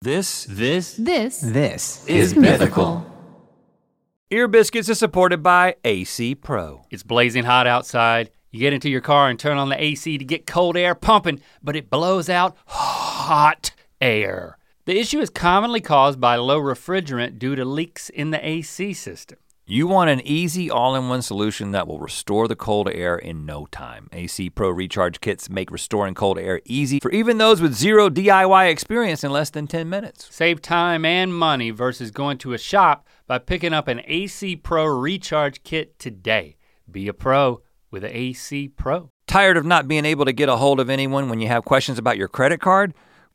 This, this This This. is mythical. Ear Biscuits is supported by AC Pro. It's blazing hot outside. You get into your car and turn on the AC to get cold air pumping, but it blows out hot air. The issue is commonly caused by low refrigerant due to leaks in the AC system. You want an easy all in one solution that will restore the cold air in no time. AC Pro recharge kits make restoring cold air easy for even those with zero DIY experience in less than 10 minutes. Save time and money versus going to a shop by picking up an AC Pro recharge kit today. Be a pro with an AC Pro. Tired of not being able to get a hold of anyone when you have questions about your credit card?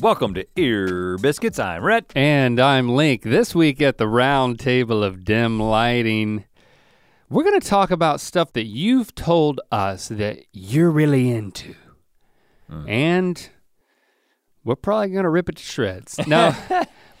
Welcome to Ear Biscuits. I'm Rhett. And I'm Link. This week at the round table of dim lighting, we're going to talk about stuff that you've told us that you're really into. Hmm. And we're probably going to rip it to shreds. No,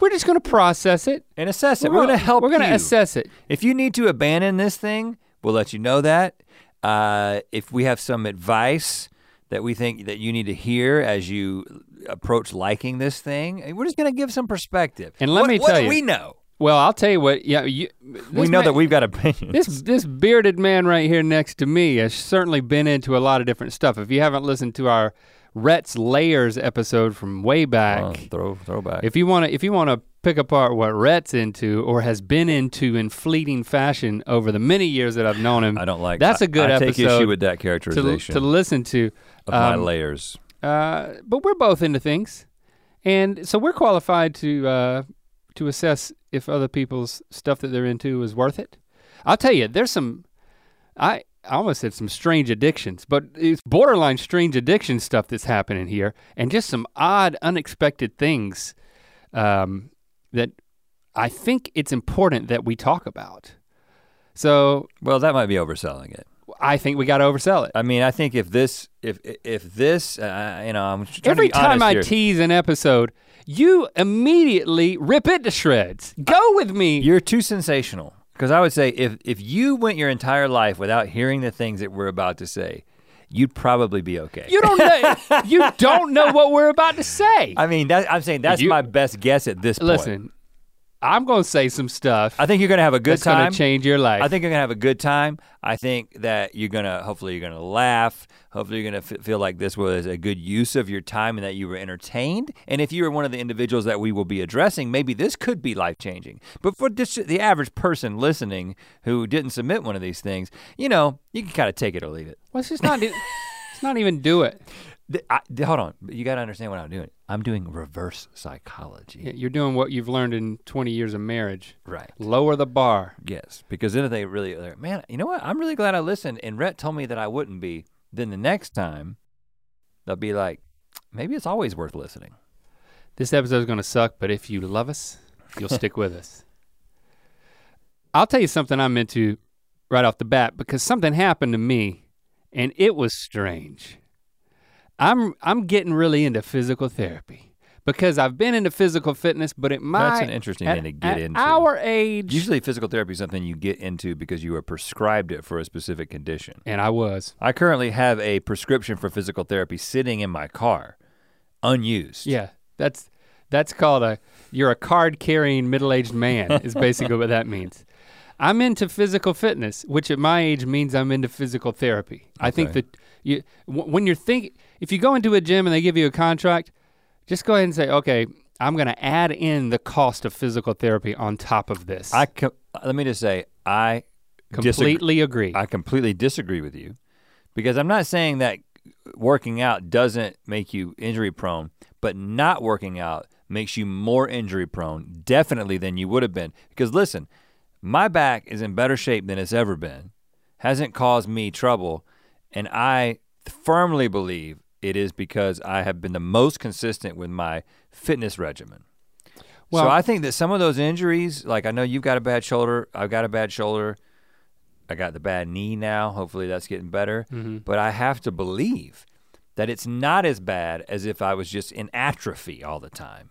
we're just going to process it. And assess it. We're, going to help We're going you. to assess it. If you need to abandon this thing, we'll let you know that. Uh, if we have some advice that we think that you need to hear as you approach liking this thing, eh, we're just going to give some perspective. And let What- me what tell do you- we know. Well, I'll tell you what. Yeah, you, We know that we've got opinions. This this bearded man right here next to me has certainly been into a lot of different stuff. If you haven't listened to our Rhett's Layers episode from way back, Oh, throw throwback. If you want to, if you want to pick apart what Rhett's into or has been into in fleeting fashion over the many years that I've known him, I don't like That's a a good I episode take issue with that to, characterization to listen to. of my Um, layers. uh, but we're both into things, and so we're qualified to uh, to assess if other people's stuff that they're into is worth it. I'll tell you, there's some. I I almost said some strange addictions, but it's borderline strange addiction stuff that's happening here, and just some odd, unexpected things um, that I think it's important that we talk about. So Well, that might be overselling it. I think we got to oversell it. I mean, I think if this, if if this, uh, you know, I'm trying Every to be honest time I here. tease an episode, you immediately rip it to shreds. Uh, Go with me. You're too sensational. Because I would say if if you went your entire life without hearing the things that we're about to say, you'd probably be okay. You don't know. you don't know what we're about to say. I mean, that, I'm saying that's You- my best guess at this point. Listen, I'm gonna say some stuff I think you're gonna have a good that's time. gonna change your life. I think you're gonna have a good time. I think that you're gonna hopefully you're gonna laugh. Hopefully you're gonna f- feel like this was a good use of your time and that you were entertained. And if you were one of the individuals that we will be addressing, maybe this could be life changing. But for this, the average person listening who didn't submit one of these things, you know, you can kind of take it or leave it. Let's just not do. let's not even do it. Th- I, th- hold on, you gotta understand what I'm doing. I'm doing reverse psychology. Yeah, You're doing what you've learned in 20 years of marriage. Right. Lower the bar. Yes, because then if they really, they're, man, you know what? I'm really glad I listened. And Rhett told me that I wouldn't be. Then the next time, they'll be like, maybe it's always worth listening. This episode's gonna suck, but if you love us, you'll stick with us. I'll tell you something I'm into right off the bat because something happened to me and it was strange. I'm I'm getting really into physical therapy because I've been into physical fitness, but at my That's an interesting at, thing to get at into. Our age Usually, physical therapy is something you get into because you are prescribed it for a specific condition. and I was. I currently have a prescription for physical therapy sitting in my car, unused. Yeah. That's that's called a you're a card carrying middle aged man is basically what that means. I'm into physical fitness, which at my age means I'm into physical therapy. I think Okay. that you w- when you're think if you go into a gym and they give you a contract, just go ahead and say, okay, I'm going to add in the cost of physical therapy on top of this. I co- let me just say, I disagree- completely agree. I completely disagree with you because I'm not saying that working out doesn't make you injury prone, but not working out makes you more injury prone, definitely, than you would have been. Because listen, my back is in better shape than it's ever been, hasn't caused me trouble, and I firmly believe it is because I have been the most consistent with my fitness regimen. Well- so I think that some of those injuries, like I know you've got a bad shoulder, I've got a bad shoulder, I got the bad knee now. Hopefully that's getting better. But I have to believe that it's not as bad as if I was just in atrophy all the time.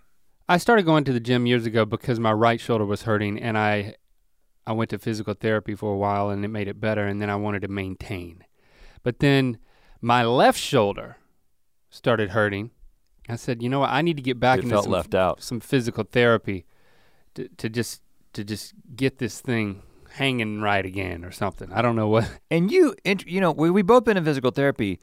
I started going to the gym years ago because my right shoulder was hurting and I I went to physical therapy for a while and it made it better and then I wanted to maintain. But then my left shoulder started hurting. I said, "You know what? I need to get back It into felt some, left out. some physical therapy to, to just to just get this thing hanging right again or something. I don't know what. And you, and, you know, we we both been in physical therapy.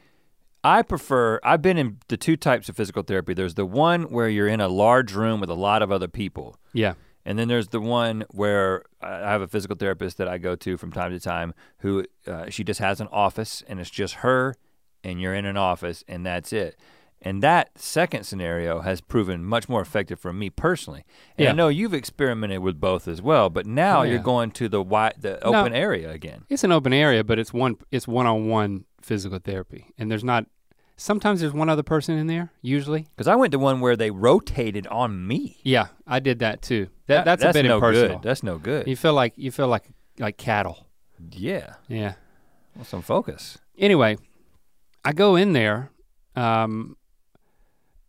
I prefer. I've been in the two types of physical therapy. There's the one where you're in a large room with a lot of other people. Yeah. And then there's the one where I I have a physical therapist that I go to from time to time who uh, she just has an office and it's just her and you're in an office and that's it. And that second scenario has proven much more effective for me personally. And Yeah. I know you've experimented with both as well, but now Oh, yeah. you're going to the wide, the No. open area again. It's an open area, but it's one it's one-on-one physical therapy and there's not sometimes there's one other person in there usually. Because I went to one where they rotated on me. Yeah, I did that too. That, that's, a bit no impersonal. good. That's no good. you feel like you feel like like cattle. yeah, Yeah. well, some focus. Anyway, I go in there, um,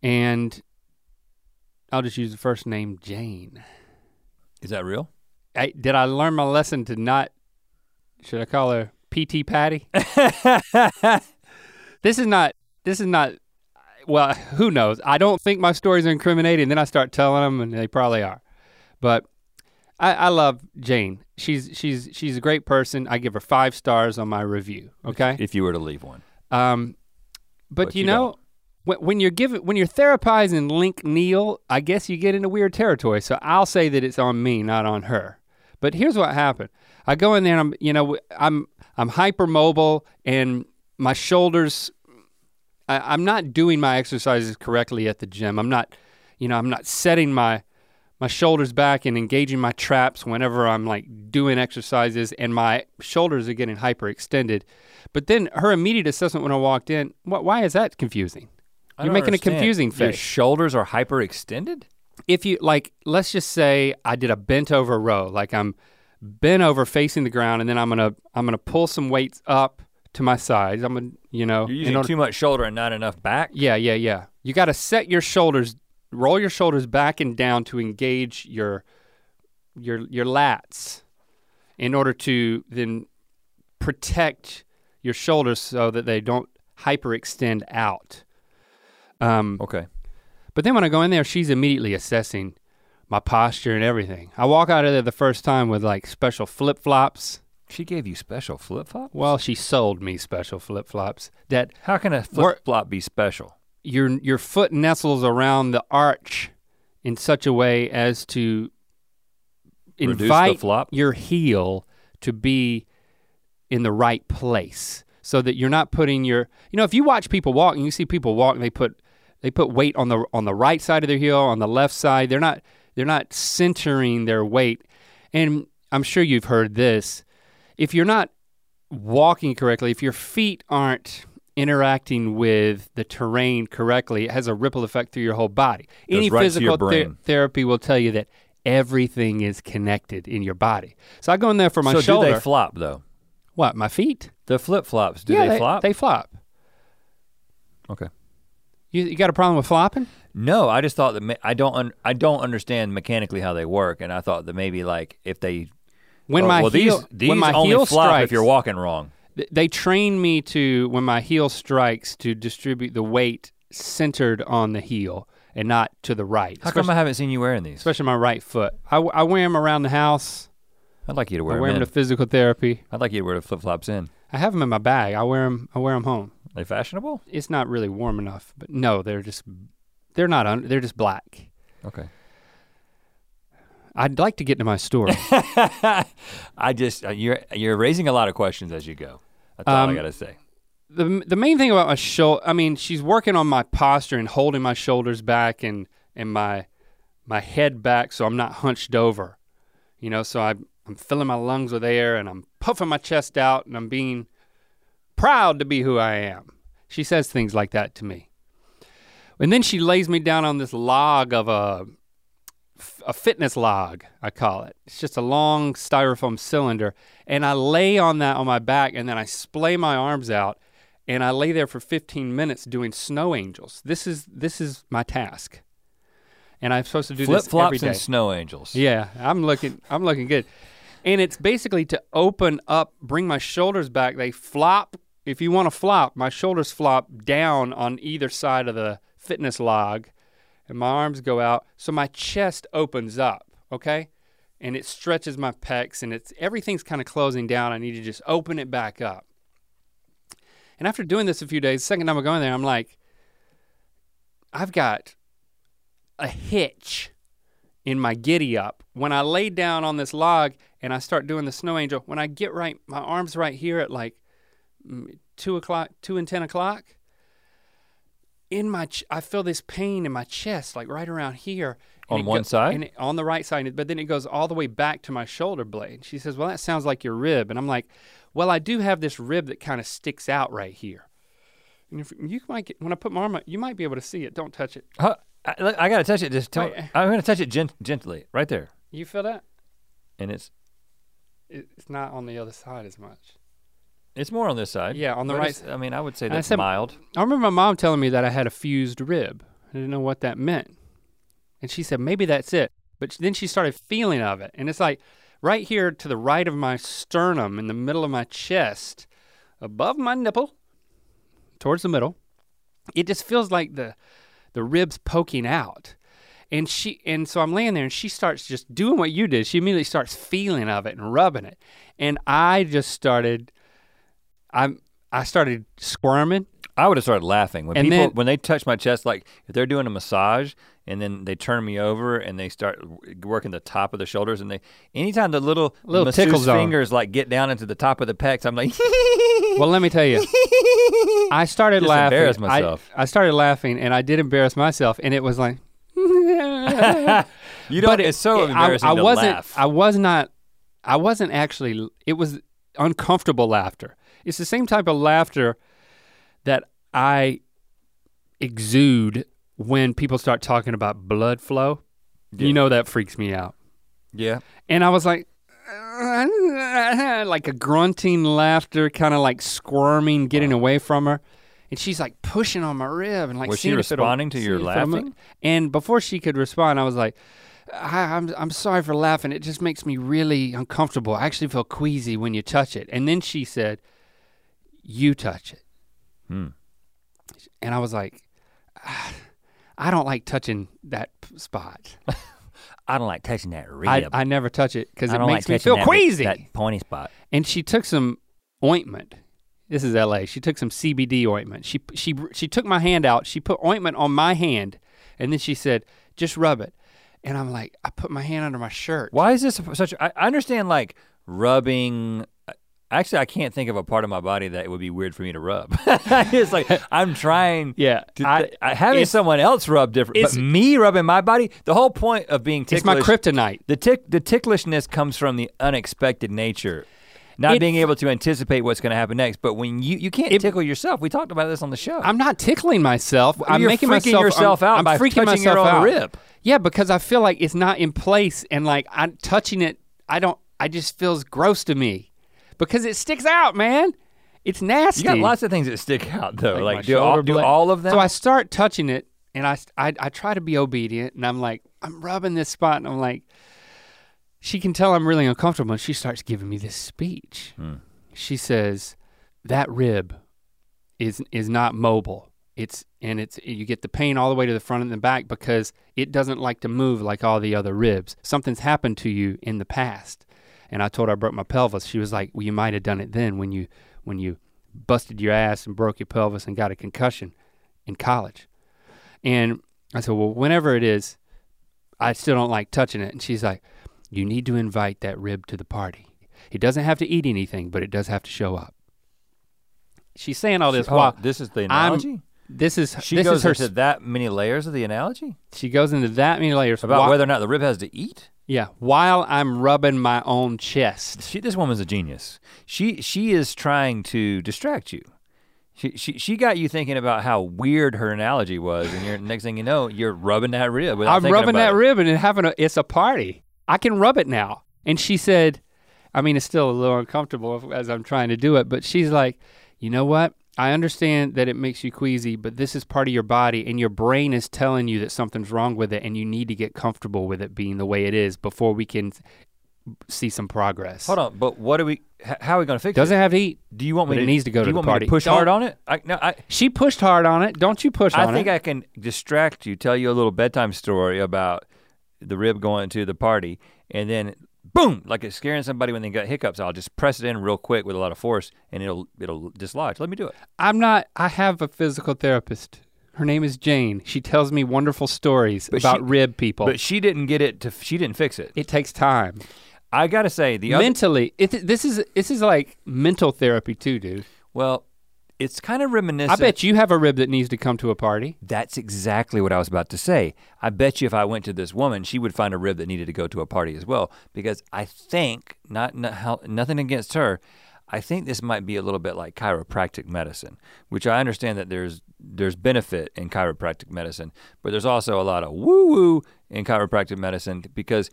and I'll just use the first name Jane. Is that real? I, did I learn my lesson to not? Should I call her PT Patty? this is not. This is not. Well, who knows? I don't think my stories are incriminating. Then I start telling them, and they probably are. But I, I love Jane. She's she's she's a great person. I give her five stars on my review. Okay. if you were to leave one. Um, but, But you, you know, when, when you're giving, when you're therapizing Link Neal, I guess you get into weird territory. So I'll say that it's on me, not on her. But here's what happened: I go in there, and I'm, you know, I'm I'm hypermobile, and my shoulders. I, I'm not doing my exercises correctly at the gym. I'm not, you know, I'm not setting my my shoulders back and engaging my traps whenever I'm like doing exercises and my shoulders are getting hyperextended. But then her immediate assessment when I walked in, wh- why is that confusing? I You're don't making a understand. confusing Your face. shoulders are hyperextended? if you like, let's just say I did a bent over row, like I'm bent over facing the ground and then I'm gonna I'm gonna pull some weights up to my sides. I'm gonna you know You're in using order- too much shoulder and not enough back? Yeah, yeah, yeah. You got to set your shoulders, roll your shoulders back and down to engage your your your lats in order to then protect your shoulders so that they don't hyperextend out. Um, Okay. but then when I go in there, she's immediately assessing my posture and everything. I walk out of there the first time with like special flip flops. She gave you special flip flop? Well, she sold me special flip flops that How can a flip flop be special? your your foot nestles around the arch in such a way as to Reduce the invite flop? your heel to be in the right place so that you're not putting your you know if you watch people walk and you see people walk and they put they put weight on the on the right side of their heel on the left side they're not they're not centering their weight and I'm sure you've heard this if you're not walking correctly, if your feet aren't interacting with the terrain correctly, it has a ripple effect through your whole body. Goes Any right to physical your brain. ther- therapy will tell you that everything is connected in your body. So I go in there for my so shoulder. do they flop though? what, my feet? The flip flops, do yeah, they, flop? They flop. okay. You, you got a problem with flopping? No, I just thought that ma- I don't un- I don't understand mechanically how they work and I thought that maybe like if they When oh, my well, heel, these, these when my only heel flop strikes, if you're walking wrong. th- they train me to when my heel strikes to distribute the weight centered on the heel and not to the right. How come I haven't seen you wearing these? especially my right foot. I, I wear them around the house. I'd like you to I wear, wear them them. to In. physical therapy. I'd like you to wear the flip flops in. I have them in my bag. I wear them. I wear them home. Are they fashionable? It's not really warm enough, but no, they're just they're not un, they're just black. Okay. I'd like to get to my story. I just uh, you're you're raising a lot of questions as you go. That's all I Um, gotta say. the the main thing about my shoulder, I mean, she's working on my posture and holding my shoulders back and and my my head back so I'm not hunched over. You know, so I I'm filling my lungs with air and I'm puffing my chest out and I'm being proud to be who I am. She says things like that to me. And then she lays me down on this log of a f- a fitness log, I call it. It's just a long styrofoam cylinder, and I lay on that on my back, and then I splay my arms out, and I lay there for 15 minutes doing snow angels. This is this is my task, and I'm supposed to do Flip this every flops day. and snow angels. Yeah, I'm looking I'm looking good. And it's basically to open up, bring my shoulders back. They flop. If you want to flop, my shoulders flop down on either side of the fitness log and my arms go out so my chest opens up, okay? And it stretches my pecs and it's everything's kind of closing down. I need to just open it back up. And after doing this a few days, second time I'm going there, I'm like I've got a hitch in my giddy up. When I lay down on this log and I start doing the snow angel, when I get right, my arms right here at like mm, two o'clock, two and ten o'clock, in my ch- I feel this pain in my chest, like right around here. On and it one side? and it, on the right side, but then it goes all the way back to my shoulder blade. She says, "Well, that sounds like your rib," and I'm like, "Well, I do have this rib that kind of sticks out right here." And if, you might get, when I put my arm, up, you might be able to see it. Don't touch it. Huh, I, look, I gotta touch it. Just tell, Wait. I'm gonna touch it gent- gently, right there, You feel that? and it's It- It's not on the other side as much. it's more on this side. Yeah, on the but right it's- I mean, I would say And I that's said- mild. I remember my mom telling me that I had a fused rib. I didn't know what that meant. And she said, maybe that's it. But then she started feeling of it. And it's like right here to the right of my sternum, in the middle of my chest, above my nipple, towards the middle, it just feels like the, the ribs poking out. And she and so I'm laying there and she starts just doing what you did. She immediately starts feeling of it and rubbing it. And I just started I'm I started squirming I would have started laughing when And people then- when they touch my chest, like if they're doing a massage and then they turn me over and they start w- working the top of the shoulders and they anytime the little Little masseuse tickle zone. fingers like get down into the top of the pecs, I'm like, Well, let me tell you, I started Just laughing. embarrass I- myself. I, started laughing, and I did embarrass myself, and it was like, but you don't. it's so it- embarrassing I, I to wasn't. laugh. I was not. I wasn't actually. It was uncomfortable laughter. It's the same type of laughter that I exude when people start talking about blood flow. Yeah. You know that freaks me out. yeah, And I was like, like a grunting laughter, kind of like squirming, getting away from her. And she's like pushing on my rib and like. Was she seeing if it'll- responding to your seeing if it'll move. laughing? And before she could respond, I was like, I, I'm I'm sorry for laughing. It just makes me really uncomfortable. I actually feel queasy when you touch it. And then she said, "You touch it." Hmm. And I was like, "Ah, I don't like touching that p- spot. I don't like touching that rib. I, I never touch it because I it don't makes like me touching feel that- queasy. That pointy spot. and she took some ointment. This is L.A. She took some CBD ointment. She she she took my hand out. She put ointment on my hand, and then she said, "Just rub it." And I'm like, I put my hand under my shirt. Why is this such? I I understand like rubbing. uh, Actually, I can't think of a part of my body that it would be weird for me to rub. it's like I'm trying. Yeah, To, I- I- having it's- someone else rub different, but it's- me rubbing my body. The whole point of being ticklish. It's my kryptonite. The tick, the ticklishness comes from the unexpected nature, not It- being able to anticipate what's going to happen next. But when you you can't It- tickle yourself, we talked about this on the show. I'm not tickling myself. I'm You're making freaking myself yourself I'm, out I'm by freaking touching myself your own out. rib. Yeah, because I feel like it's not in place, and like I'm touching it. I don't. I just feels gross to me, because it sticks out, man. It's nasty. you got lots of things that stick out though. Like, my do, all, shoulder do blade. all of them? So I start touching it, and I, I I try to be obedient, and I'm like, I'm rubbing this spot, and I'm like, she can tell I'm really uncomfortable, and she starts giving me this speech. Hmm. She says, "That rib is is not mobile. It's and it's you get the pain all the way to the front and the back because it doesn't like to move like all the other ribs. Something's happened to you in the past." And I told her I broke my pelvis. She was like, "Well, you might have done it then when you when you busted your ass and broke your pelvis and got a concussion in college." And I said, "Well, whenever it is, I still don't like touching it." And she's like, "You need to invite that rib to the party. It doesn't have to eat anything, but it does have to show up." She's saying all this Oh, while this is the I'm- analogy. this is She this goes is her. into that many layers of the analogy she goes into that many layers about whi- whether or not the rib has to eat. Yeah, while I'm rubbing my own chest. She, this woman's a genius. She she is trying to distract you. She, she she got you thinking about how weird her analogy was, and you're, next thing you know, you're rubbing that rib. without I'm thinking rubbing about that it. ribbon and having a it's a party. I can rub it now. And she said, I mean it's still a little uncomfortable as I'm trying to do it, but she's like, "You know what? I understand that it makes you queasy, but this is part of your body and your brain is telling you that something's wrong with it and you need to get comfortable with it being the way it is before we can see some progress." Hold on, but what are we? h- How are we gonna fix Doesn't have to eat. it? Do you want me but to? it needs to go do to you the want Me party. to push Don't- hard on it? I no, I She pushed hard on it. Don't you push I on think it? I can distract you, tell you a little bedtime story about the rib going to the party, and then boom, like it's scaring somebody when they got hiccups. I'll just press it in real quick with a lot of force, and it'll it'll dislodge. Let me do it. I'm not I have a physical therapist. Her name is Jane. She tells me wonderful stories But about she- rib people. But she didn't get it to. She didn't fix it. it takes time. I gotta say the other, Mentally, it, this is this is like mental therapy too, dude. well, it's kind of reminiscent. I bet you have a rib that needs to come to a party. That's exactly what I was about to say. I bet you if I went to this woman, she would find a rib that needed to go to a party as well. Because I think, not, not how, nothing against her, I think this might be a little bit like chiropractic medicine, which I understand that there's there's benefit in chiropractic medicine, but there's also a lot of woo-woo in chiropractic medicine because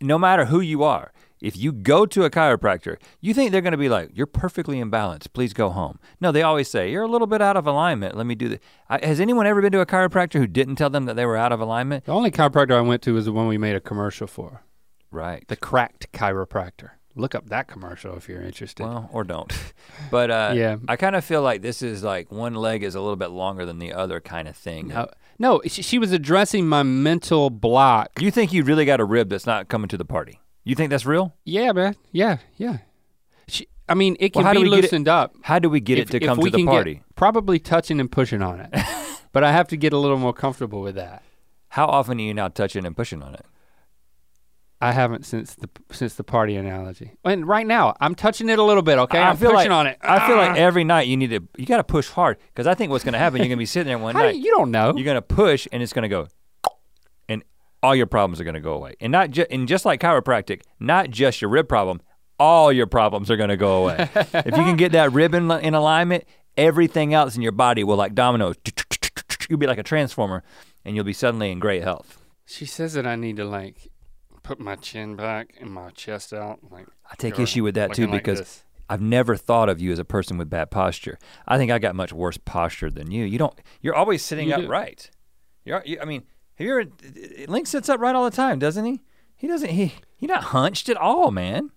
no matter who you are, if you go to a chiropractor, you think they're going to be like, "You're perfectly in balance. Please go home." No, they always say, "You're a little bit out of alignment. Let me do this." I, has anyone ever been to a chiropractor who didn't tell them that they were out of alignment? The only chiropractor I went to was the one we made a commercial for, Right. the Cracked Chiropractor. Look up that commercial if you're interested. Well, or don't. But uh, Yeah. I kind of feel like this is like one leg is a little bit longer than the other kind of thing. Uh, no, she, she was addressing my mental block. You think you really got a rib that's not coming to the party? You think that's real? Yeah, man. Yeah, yeah. She, I mean, it Well, can how do be we get it- loosened up. How do we get if- it to if come we to the can get- party? probably touching and pushing on it, but I have to get a little more comfortable with that. How often are you now touching and pushing on it? I haven't since the since the party analogy. And right now, I'm touching it a little bit. Okay, I I'm feel pushing like, on it. Ah. I feel like every night you need to you got to push hard because I think what's gonna happen you're gonna be sitting there one How do night you, you don't know. you're gonna push and it's gonna go, and all your problems are gonna go away and not just and just like chiropractic not just your rib problem all your problems are gonna go away if you can get that rib in, in alignment everything else in your body will like dominoes you'll be like a transformer and you'll be suddenly in great health. she says that I need to like put my chin back and my chest out. Like I take Sure. issue with that too Looking like because this. I've never thought of you as a person with bad posture. I think I got much worse posture than you. You don't. You're always sitting You do. upright. You're. You, I mean, have you ever? Link sits upright all the time, doesn't he? He doesn't. He he not hunched at all, man.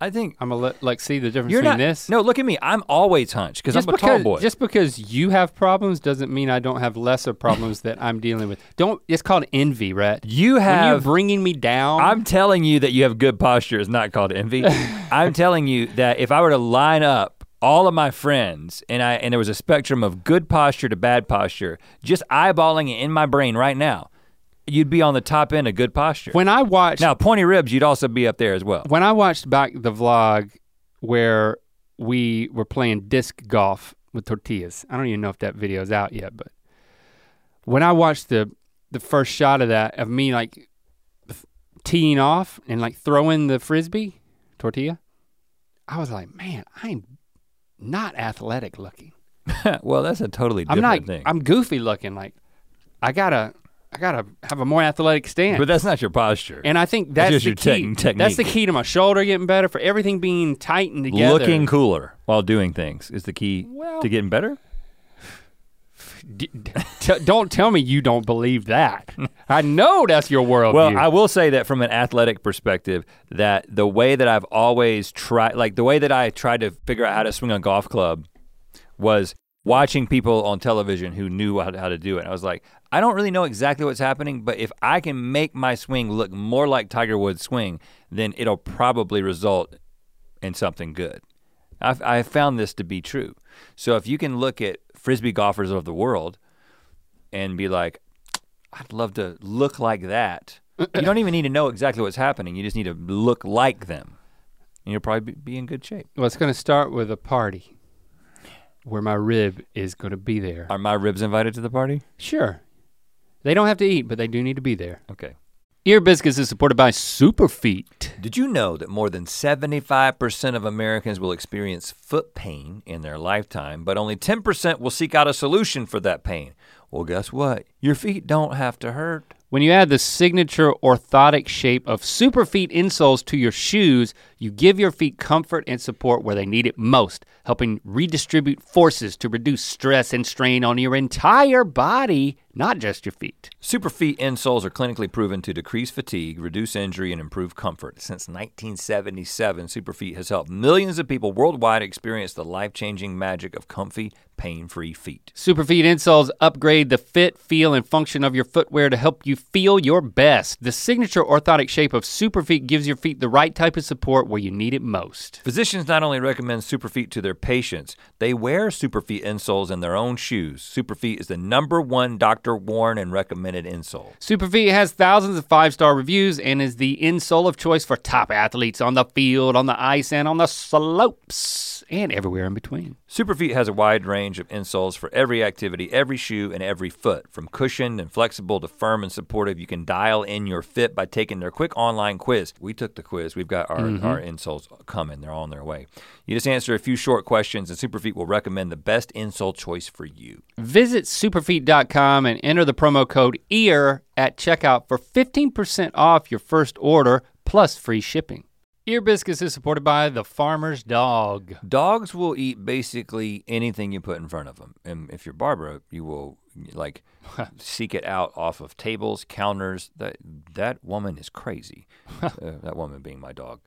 I think I'm gonna let, like see the difference you're between not. this. No, look at me. I'm always hunched because I'm just a because tall boy. just because you have problems doesn't mean I don't have lesser problems that I'm dealing with. Don't. It's called envy, Rhett. you when you're have. bringing me down, I'm telling you that you have good posture is not called envy. I'm telling you that if I were to line up all of my friends and I and there was a spectrum of good posture to bad posture, just eyeballing it in my brain right now, you'd be on the top end of good posture. when I watch now pointy ribs, you'd also be up there as well. when I watched back the vlog where we were playing disc golf with tortillas, I don't even know if that video's out yet, but when I watched the the first shot of that of me like f- teeing off and like throwing the frisbee tortilla, I was like, man, I'm not athletic looking. well, that's a totally I'm different not. thing. I'm goofy looking. Like, I gotta, I gotta have a more athletic stand. but that's not your posture. And I think that's just the your key. tech- That's the technique. key to my shoulder getting better for everything being tightened together. Looking cooler while doing things is the key Well- to getting better. D- d- t- don't tell me you don't believe that. I know that's your worldview. Well, I will say that from an athletic perspective, that the way that I've always tried, like the way that I tried to figure out how to swing a golf club, was watching people on television who knew how to, how to do it. I was like, I don't really know exactly what's happening, but if I can make my swing look more like Tiger Woods' swing, then it'll probably result in something good. I've, I found this to be true. So if you can look at frisbee golfers of the world and be like, I'd love to look like that. You don't even need to know exactly what's happening. You just need to look like them. And you'll probably be, be in good shape. well, it's going to start with a party where my rib is going to be there. Are my ribs invited to the party? Sure. They don't have to eat, but they do need to be there. Okay. Ear Biscuits is supported by Superfeet. Did you know that more than 75% of Americans will experience foot pain in their lifetime, but only 10% will seek out a solution for that pain? Well, guess what? Your feet don't have to hurt. When you add the signature orthotic shape of Superfeet insoles to your shoes, you give your feet comfort and support where they need it most, helping redistribute forces to reduce stress and strain on your entire body, not just your feet. Superfeet insoles are clinically proven to decrease fatigue, reduce injury, and improve comfort. Since 1977, Superfeet has helped millions of people worldwide experience the life changing magic of comfy, pain free feet. Superfeet insoles upgrade the fit, feel, and function of your footwear to help you feel your best. The signature orthotic shape of Superfeet gives your feet the right type of support where you need it most. Physicians not only recommend Superfeet to their patients, they wear Superfeet insoles in their own shoes. Superfeet is the number one doctor worn and recommended insole. Superfeet has thousands of five star reviews and is the insole of choice for top athletes on the field, on the ice, and on the slopes, and everywhere in between. Superfeet has a wide range of insoles for every activity, every shoe, and every foot. From cushioned and flexible to firm and supportive, you can dial in your fit by taking their quick online quiz. We took the quiz. We've got our, our insoles coming. They're on their way. You just answer a few short questions, and Superfeet will recommend the best insole choice for you. Visit superfeet.com and enter the promo code EAR at checkout for 15% off your first order plus free shipping. Ear Biscuits is supported by The Farmer's Dog. Dogs will eat basically anything you put in front of them. And if you're Barbara, you will like seek it out off of tables, counters. That that woman is crazy. Uh, that woman being my dog.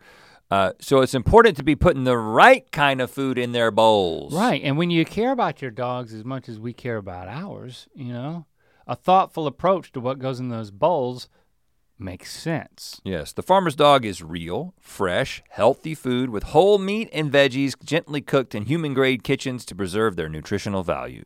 Uh, so it's important to be putting the right kind of food in their bowls. Right, and when you care about your dogs as much as we care about ours, you know, a thoughtful approach to what goes in those bowls makes sense. Yes, the farmer's dog is real, fresh, healthy food with whole meat and veggies gently cooked in human grade kitchens to preserve their nutritional value.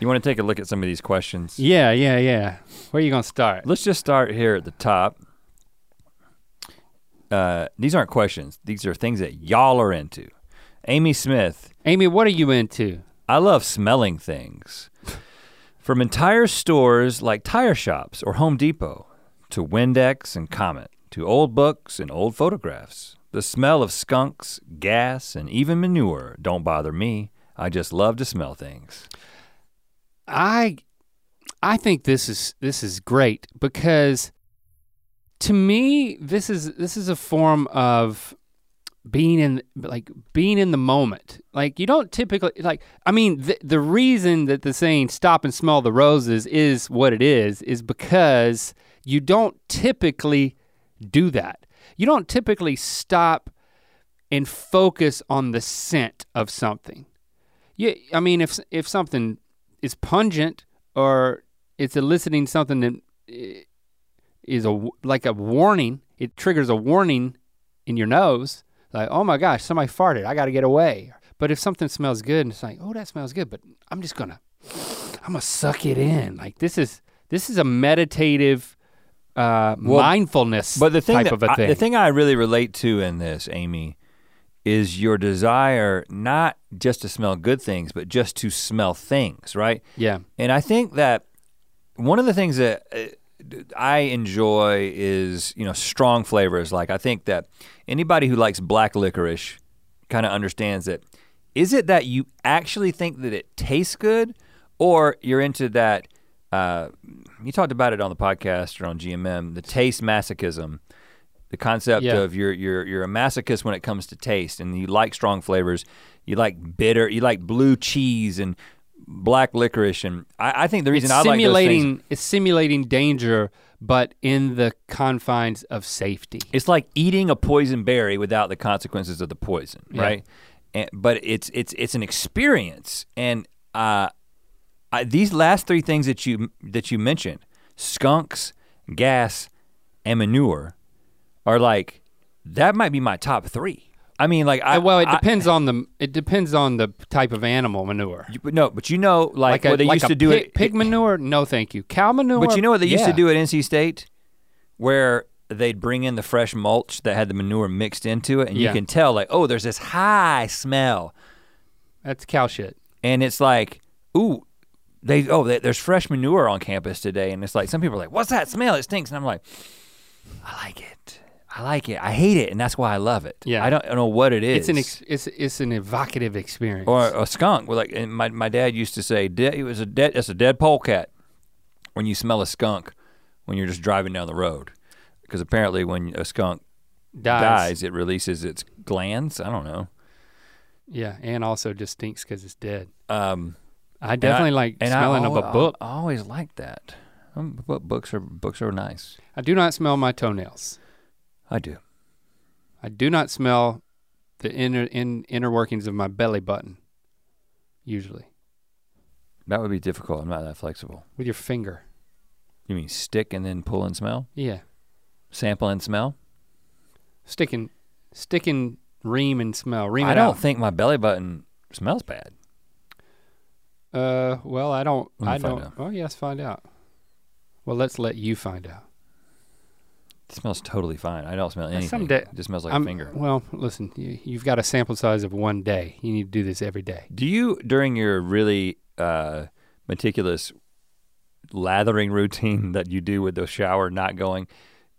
You want to take a look at some of these questions? Yeah, yeah, yeah. Where are you going to start? Let's just start here at the top. Uh, these aren't questions. These are things that y'all are into. Amy Smith, Amy, what are you into? I love smelling things. From entire stores like tire shops or Home Depot to Windex and Comet to old books and old photographs. The smell of skunks, gas, and even manure don't bother me. I just love to smell things. I I think this is this is great because to me this is this is a form of being in like being in the moment. Like you don't typically like I mean the, the reason that the saying stop and smell the roses is what it is is because you don't typically do that. You don't typically stop and focus on the scent of something. Yeah, I mean if if something is pungent or it's eliciting something that i- is a w- like a warning. It triggers a warning in your nose, like oh my gosh, somebody farted. I got to get away. But if something smells good and it's like oh that smells good, but I'm just gonna I'm gonna suck it in. Like this is this is a meditative uh, Well, mindfulness But the thing type that of a I, thing. the thing I really relate to in this, Amy, is your desire not just to smell good things, but just to smell things, right? yeah. And I think that one of the things that uh, d- I enjoy is, you know, strong flavors. Like I think that anybody who likes black licorice kind of understands that is it that you actually think that it tastes good or you're into that uh, you talked about it on the podcast or on GMM, the taste masochism. The concept Yeah. of you're you're you're a masochist when it comes to taste, and you like strong flavors. You like bitter. You like blue cheese and black licorice, and I, I think the reason It's I like those simulating things. it's simulating danger, but in the confines of safety. It's like eating a poison berry without the consequences of the poison, Yeah. right? And, but it's it's it's an experience, and uh, I, these last three things that you that you mentioned, skunks, gas, and manure are like that might be my top three. I mean, like I well, it I- depends on the it depends on the type of animal manure. you- but no, but you know, like, a- what they used a to do pig, it. pig manure. No, thank you. Cow manure. But you know what they used to yeah. do at NC State, where they'd bring in the fresh mulch that had the manure mixed into it, and you Yeah. can tell like, oh, there's this high smell, That's cow shit. and it's like, ooh, they oh, they, there's fresh manure on campus today, and it's like some people are like, what's that smell? It stinks, and I'm like, I like it. I like it. I hate it, and that's why I love it. Yeah. I don't, I don't know what it is. It's an ex, it's it's an evocative experience. or a skunk. Well, like and my, my dad used to say, de- it was a dead. It's a dead polecat. When you smell a skunk, when you're just driving down the road, because apparently when a skunk dies. dies. it releases its glands. I don't know. Yeah, and also just stinks because it's dead. Um, I definitely like smelling al- of a book. I always like that. Um, but books are books are nice. I do not smell my toenails. I do. I do not smell the inner in, inner workings of my belly button. Usually, That would be difficult. I'm not that flexible. with your finger. You mean stick and then pull and smell, Yeah, sample and smell? sticking, sticking, ream and smell. Ream I it don't out. think my belly button smells bad. Uh, well, I don't. Let me I find don't. out. Oh, yes, find out. Well, let's let you find out. It smells totally fine. I don't smell anything. some day- it just smells like a I'm- finger. Well, listen, you, you've got a sample size of one day. You need to do this every day. Do you, during your really uh, meticulous lathering routine that you do with the shower not going,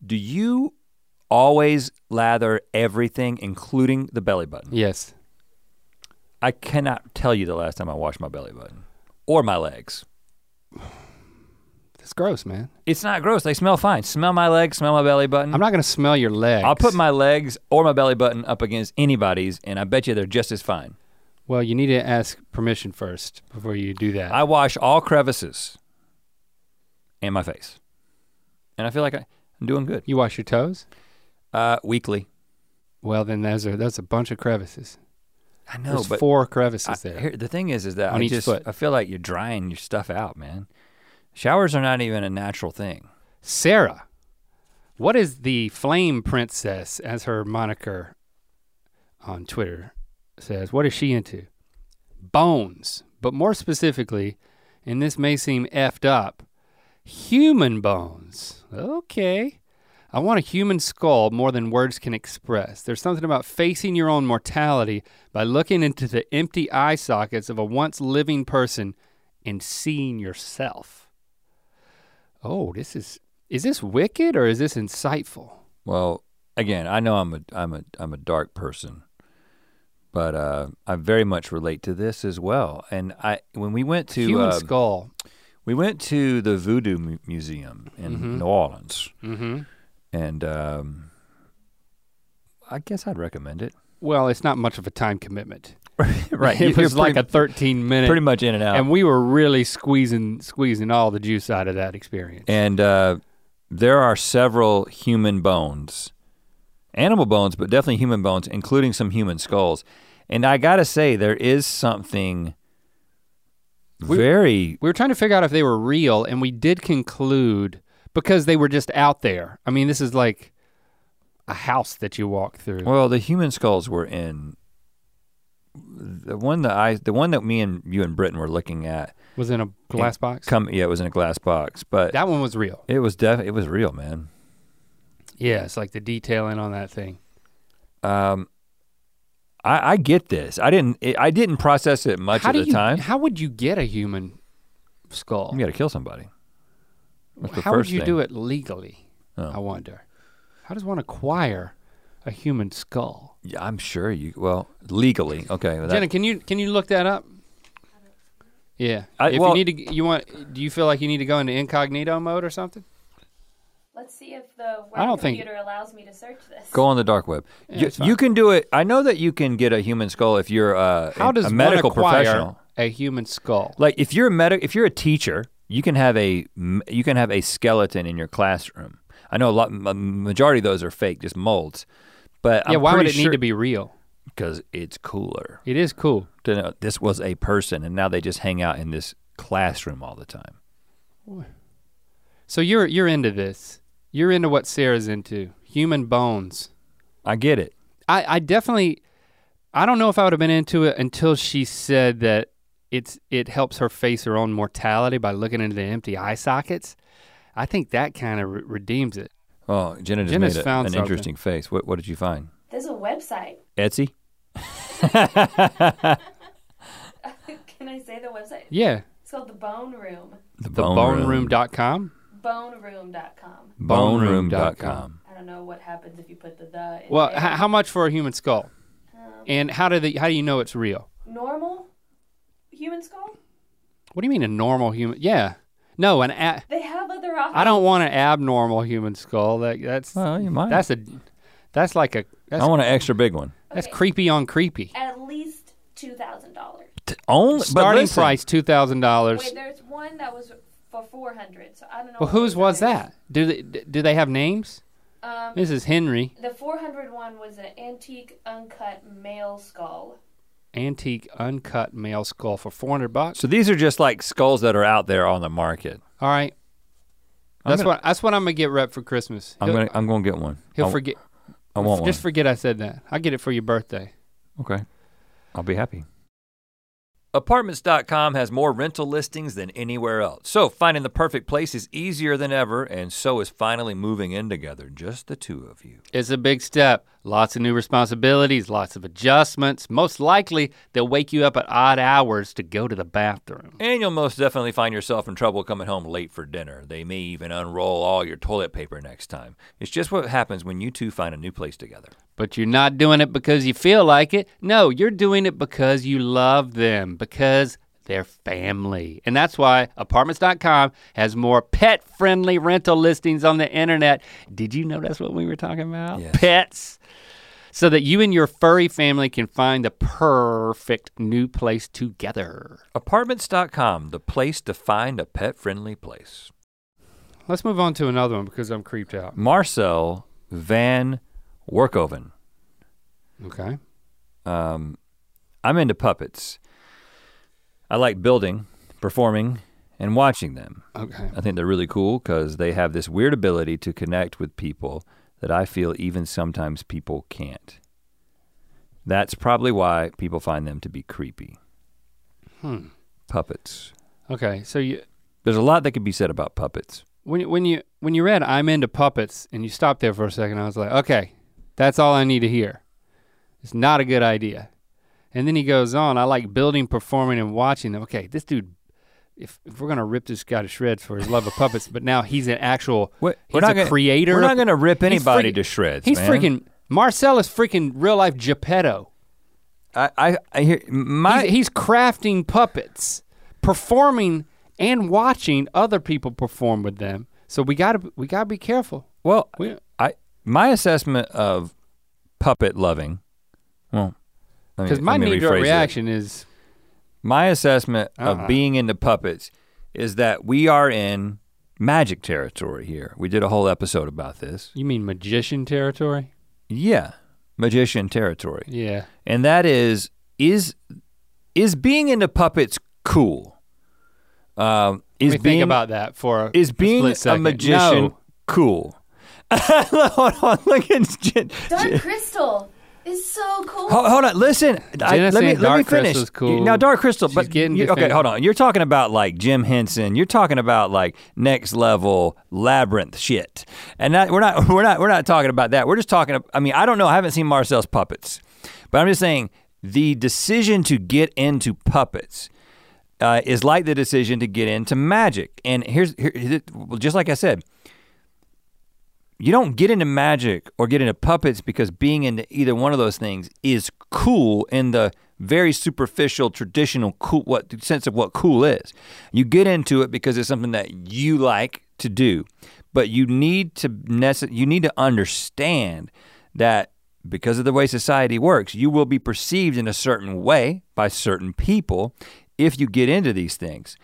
do you always lather everything, including the belly button? Yes. I cannot tell you the last time I washed my belly button or my legs. That's gross, man. It's not gross. They smell fine. Smell my legs, smell my belly button. I'm not going to smell your legs. Hmm. I'll put my legs or my belly button up against anybody's, and I bet you they're just as fine. Well, you need to ask permission first before you do that. I wash all crevices and my face. And I feel like I, I'm doing good. you wash your toes? Uh, weekly. Well, then those are that's a bunch of crevices. I know, There's but four crevices I- there. here- the thing is, is that On I each just foot. I feel like you're drying your stuff out, man. Showers are not even a natural thing. Sarah, what is the flame princess as her moniker on Twitter says? What is she into? Bones, but more specifically, and this may seem effed up, human bones. Okay. I want a human skull more than words can express. There's something about facing your own mortality by looking into the empty eye sockets of a once living person and seeing yourself. Oh, this is is this wicked or is this insightful? Well, again, I know I'm a I'm a I'm a dark person, but uh, I very much relate to this as well. And I when we went to Human uh, skull. we went to the Voodoo Mu- Museum in Mhm. New Orleans. Mm-hmm. and um, I guess I'd recommend it. Well, it's not much of a time commitment. right, it was like a 13 minute, pretty much in and out. and we were really squeezing squeezing all the juice out of that experience. And uh, there are several human bones, animal bones, but definitely human bones, including some human skulls. And I gotta say, there is something We- very we were trying to figure out if they were real, and we did conclude because they were just out there. I mean, this is like a house that you walk through. well. The human skulls were in the one that I, the one that me and you and Britton were looking at. was in a glass box. Come, yeah, it was in a glass box, but that one was real. it was def, it was real, man. Yeah, it's like the detailing on that thing. um, I, I get this. I didn't. It, I didn't process it much how at do the you, time. How would you get a human skull? You got to kill somebody. That's the How first would you thing. do it legally? Oh. I wonder. How does one acquire a human skull? Yeah, I'm sure you. Well, legally, okay. well, that- Jenna, can you can you look that up? Yeah. I- if well- you need to, you want. Do you feel like you need to go into incognito mode or something? Let's see if the web I don't think- computer allows me to search this. go on the dark web. you, it's fine. you can do it. I know that you can get a human skull if you're uh, How an- does a medical one acquire professional. a human skull? Like if you're a medic, if you're a teacher, you can have a m- you can have a skeleton in your classroom. I know a lot. m- majority of those are fake, just molds. But yeah. Why would it need to be real? Because it's cooler. It is cool. to know this was a person and now they just hang out in this classroom all the time. So you're you're into this. You're into what Sarah's into human bones. I get it. I, I definitely, I don't know if I would have been into it until she said that it's it helps her face her own mortality by looking into the empty eye sockets. I think that kind of re- redeems it. Oh, Jenna just Jenna's made a- found an something. interesting face. What, what did you find? There's a website. Etsy? Can I say the website? Yeah, It's called the Bone Room. The, the boneroom.com. Boneroom.com. Boneroom.com. I don't know what happens if you put the the. In Well, there. h- how much for a human skull? And how do they, how do you know it's real? normal human skull? What do you mean a normal human? Yeah, no, an a- They have other options. I don't want an abnormal human skull. That that's Well, you might. that's a that's like a I that's, want an extra big one. that's Okay. creepy on creepy. At least two thousand dollars. T- only, but Starting listen, price two thousand dollars. Wait, there's one that was for four hundred. So I don't know. Well, what whose the was other- that? Do they d- do they have names? Um, This is Henry the four hundred one was an antique uncut male skull. antique uncut male skull for four hundred bucks. So these are just like skulls that are out there on the market. All right, I'm that's gonna- what that's what I'm gonna get rep for Christmas. I'm He'll- gonna I'm gonna get one. he'll I, forget. I want one. Just forget I said that. I'll get it for your birthday. Okay. I'll be happy. Apartments.com has more rental listings than anywhere else. So finding the perfect place is easier than ever, and so is finally moving in together, just the two of you. It's a big step. Lots of new responsibilities, lots of adjustments. Most likely, they'll wake you up at odd hours to go to the bathroom. And you'll most definitely find yourself in trouble coming home late for dinner. They may even unroll all your toilet paper next time. It's just what happens when you two find a new place together. But you're not doing it because you feel like it. No, you're doing it because you love them, because they're family. And that's why apartments.com has more pet friendly rental listings on the internet. Did you know that's what we were talking about? Yes. Pets. So that you and your furry family can find the perfect new place together. Apartments.com, the place to find a pet friendly place. Let's move on to another one because I'm creeped out. Marcel Van Workoven. Okay. Um, I'm into puppets. I like building, performing, and watching them. Okay. I think they're really cool because they have this weird ability to connect with people that I feel even sometimes people can't. That's probably why people find them to be creepy. Hmm. Puppets. Okay. So you There's a lot that could be said about puppets. when you- when you when you read I'm into puppets and you stopped there for a second, I was like, okay, that's all I need to hear. It's not a good idea. And then he goes on, I like building, performing, and watching them. Okay, this dude if, if we're gonna rip this guy to shreds for his love of puppets, but now he's an actual We're, he's a creator. We're of- not going to rip He's anybody freaking- to shreds. He's man. freaking Marcel is freaking real life Geppetto. I, I, I hear my. he's, he's crafting puppets, performing and watching other people perform with them. So we gotta we gotta be careful. well, We, I my assessment of puppet loving, well, let me- Because my let me knee jerk rephrase it. reaction is my assessment Uh-uh. of being into puppets is that we are in magic territory here. We did a whole episode about this. you mean magician territory? Yeah, magician territory, Yeah. and that is is is being into puppets cool? Um, Let is me being think about that for a, is being split a second. magician No. cool? hold on, look at Jen. Dark crystal is so cool. Hold, hold on, listen. I- Jenna's let me saying let me Dark finish. Crystal's cool. Now, Dark Crystal, She's but getting you- okay, defensive. hold on. You're talking about like Jim Henson. You're talking about like next level labyrinth shit, and that, we're not we're not we're not talking about that. We're just talking. ab- I mean, I don't know. I haven't seen Marcel's puppets, but I'm just saying the decision to get into puppets uh, is like the decision to get into magic. And here's here, here- well, just like I said, you don't get into magic or get into puppets because being into either one of those things is cool in the very superficial traditional cool what sense of what cool is. You get into it because it's something that you like to do. But you need to necess- you need to understand that because of the way society works, you will be perceived in a certain way by certain people if you get into these things.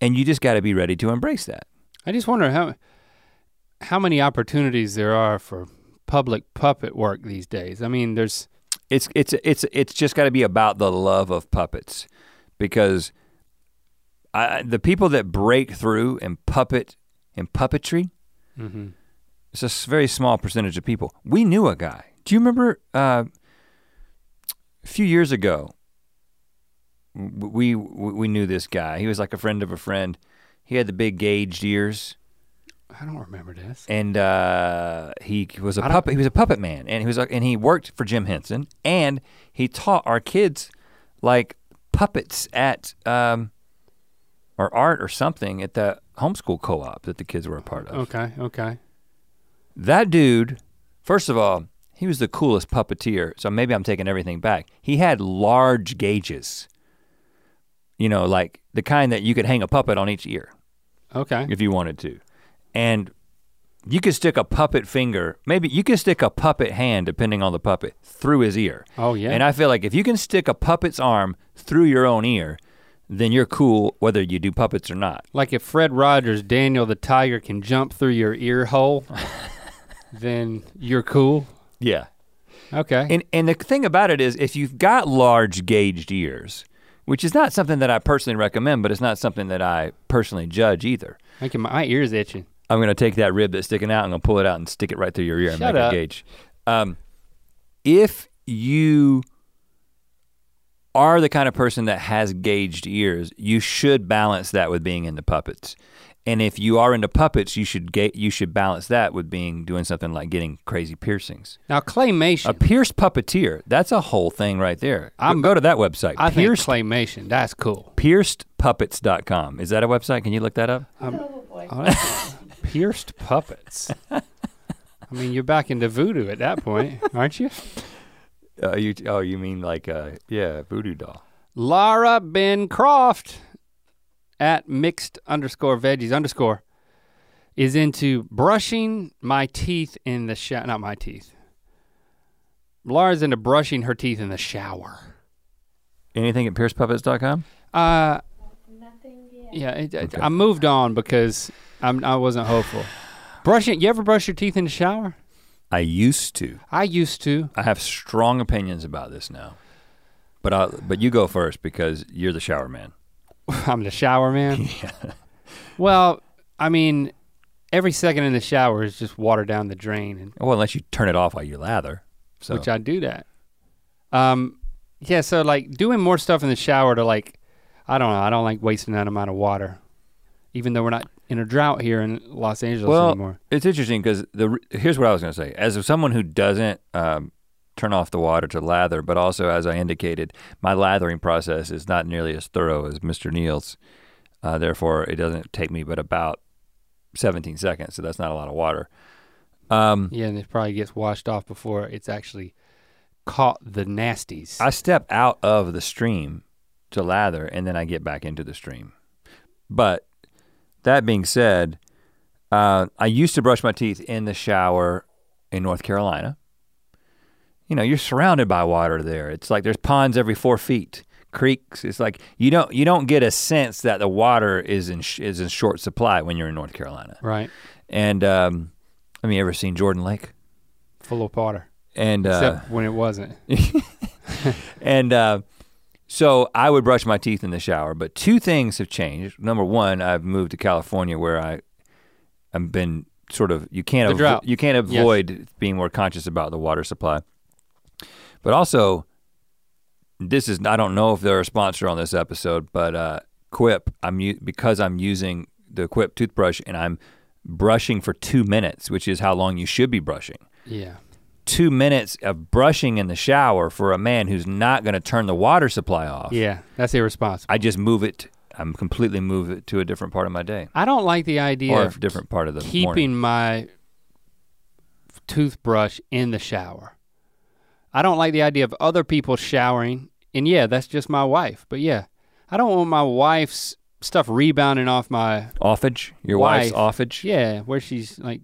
And you just got to be ready to embrace that. I just wonder how how many opportunities there are for public puppet work these days. I mean, there's it's it's it's it's just got to be about the love of puppets because I, the people that break through in puppet in puppetry It's a s- very small percentage of people. We knew a guy. Do you remember uh, a few years ago? w- We we we knew this guy. He was like a friend of a friend. He had the big gauged ears, I don't remember this. and uh, he was a I don't- puppet. He was a puppet man, and he was a- and he worked for Jim Henson, and he taught our kids like puppets at um, or art or something at the homeschool co-op that the kids were a part of. Okay, okay. That dude, first of all, he was the coolest puppeteer. So maybe I'm taking everything back. He had large gauges. You know, like the kind that you could hang a puppet on each ear Okay. if you wanted to. And you could stick a puppet finger, maybe you could stick a puppet hand depending on the puppet through his ear. Oh yeah. And I feel like if you can stick a puppet's arm through your own ear, then you're cool whether you do puppets or not. like if Fred Rogers, Daniel the Tiger can jump through your ear hole, then you're cool. Yeah. Okay. And and the thing about it is, if you've got large gauged ears, which is not something that I personally recommend, but it's not something that I personally judge either. Making my, my ears itching. I'm gonna take that rib that's sticking out and gonna pull it out and stick it right through your ear Shut and make up. a gauge. Um, if you are the kind of person that has gauged ears, you should balance that with being into puppets. And if you are into puppets, you should ga- you should balance that with being doing something like getting crazy piercings. Now A claymation. pierced puppeteer. That's a whole thing right there. I'm- I'm, go to that website. I think pierced, claymation. That's cool. piercedpuppets.com. Is that a website? Can you look that up? oh boy. Oh, that's- pierced puppets. I mean, you're back into voodoo at that point, aren't you? Uh, you, oh, you mean like, uh, yeah, voodoo doll. Lara Ben Croft at mixed underscore veggies underscore is into brushing my teeth in the shower. Not my teeth. Lara's into brushing her teeth in the shower. Anything at piercedpuppets.com? Uh, Nothing yet. yeah, it, it- Okay. I moved on because I'm, I wasn't hopeful. Brushing, you ever brush your teeth in the shower? I used to. I used to. I have strong opinions about this now. But I, but you go first because you're the shower man. I'm the shower man. Well, I mean, every second in the shower is just water down the drain, and Well, unless you turn it off while you lather. So which I do that. Um, yeah, so like doing more stuff in the shower to like, I don't know, I don't like wasting that amount of water, even though we're not in a drought here in Los Angeles Well, anymore. It's interesting because the re- here's what I was going to say. As of someone who doesn't um, turn off the water to lather, but also as I indicated, my lathering process is not nearly as thorough as Mr. Neal's. Uh, therefore, it doesn't take me but about 17 seconds. So that's not a lot of water. Um, Yeah, and it probably gets washed off before it's actually caught the nasties. I step out of the stream to lather and then I get back into the stream. But that being said, uh, I used to brush my teeth in the shower in North Carolina. You know, you're surrounded by water there. It's like there's ponds every four feet, creeks. It's like you don't you don't get a sense that the water is in sh- is in short supply when you're in North Carolina. right, And um, I mean, you ever seen Jordan Lake? full of water, And uh, except when it wasn't. And uh, so I would brush my teeth in the shower, but two things have changed. Number one, I've moved to California where I, I've been sort of you can't The drought. you can't Yes. avoid being more conscious about the water supply. But also, this is I don't know if they're a sponsor on this episode, but uh, Quip I'm u- because I'm using the Quip toothbrush and I'm brushing for two minutes, which is how long you should be brushing Yeah, two minutes of brushing in the shower for a man who's not going to turn the water supply off. yeah, that's irresponsible. I just move it. I'm completely move it to a different part of my day I don't like the idea or a of different part of the keeping morning. my toothbrush in the shower. I don't like the idea of other people showering. And yeah, that's just my wife. But yeah, I don't want my wife's stuff rebounding off my Offage, your wife's offage. yeah, where she's like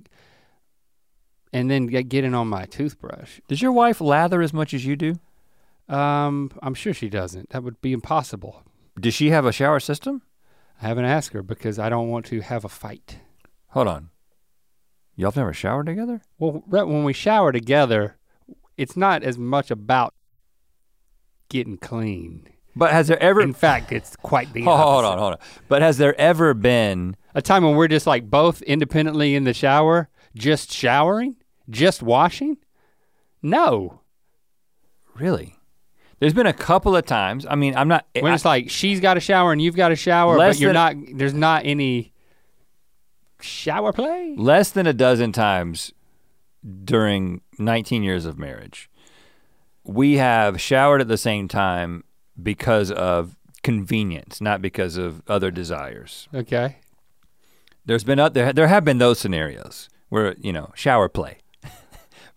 and then get, getting on my toothbrush. Does your wife lather as much as you do? Um, I'm sure she doesn't. That would be impossible. Does she have a shower system? I haven't asked her because I don't want to have a fight. Hold on. Y'all've never showered together? Well, right when we shower together, it's not as much about getting clean. But has there ever In fact, it's quite the Hold- hold on, opposite. hold on. But has there ever been A time when we're just like both independently in the shower, Just showering? Just washing? No. Really? There's been a couple of times. I mean, I'm not. When Eh, I- it's like she's got a shower and you've got a shower, Less but you're not than- there's not any shower play. less than a dozen times during 19 years of marriage, we have showered at the same time because of convenience, not because of other desires. Okay. There's been oth- there there have been those scenarios where you know shower play,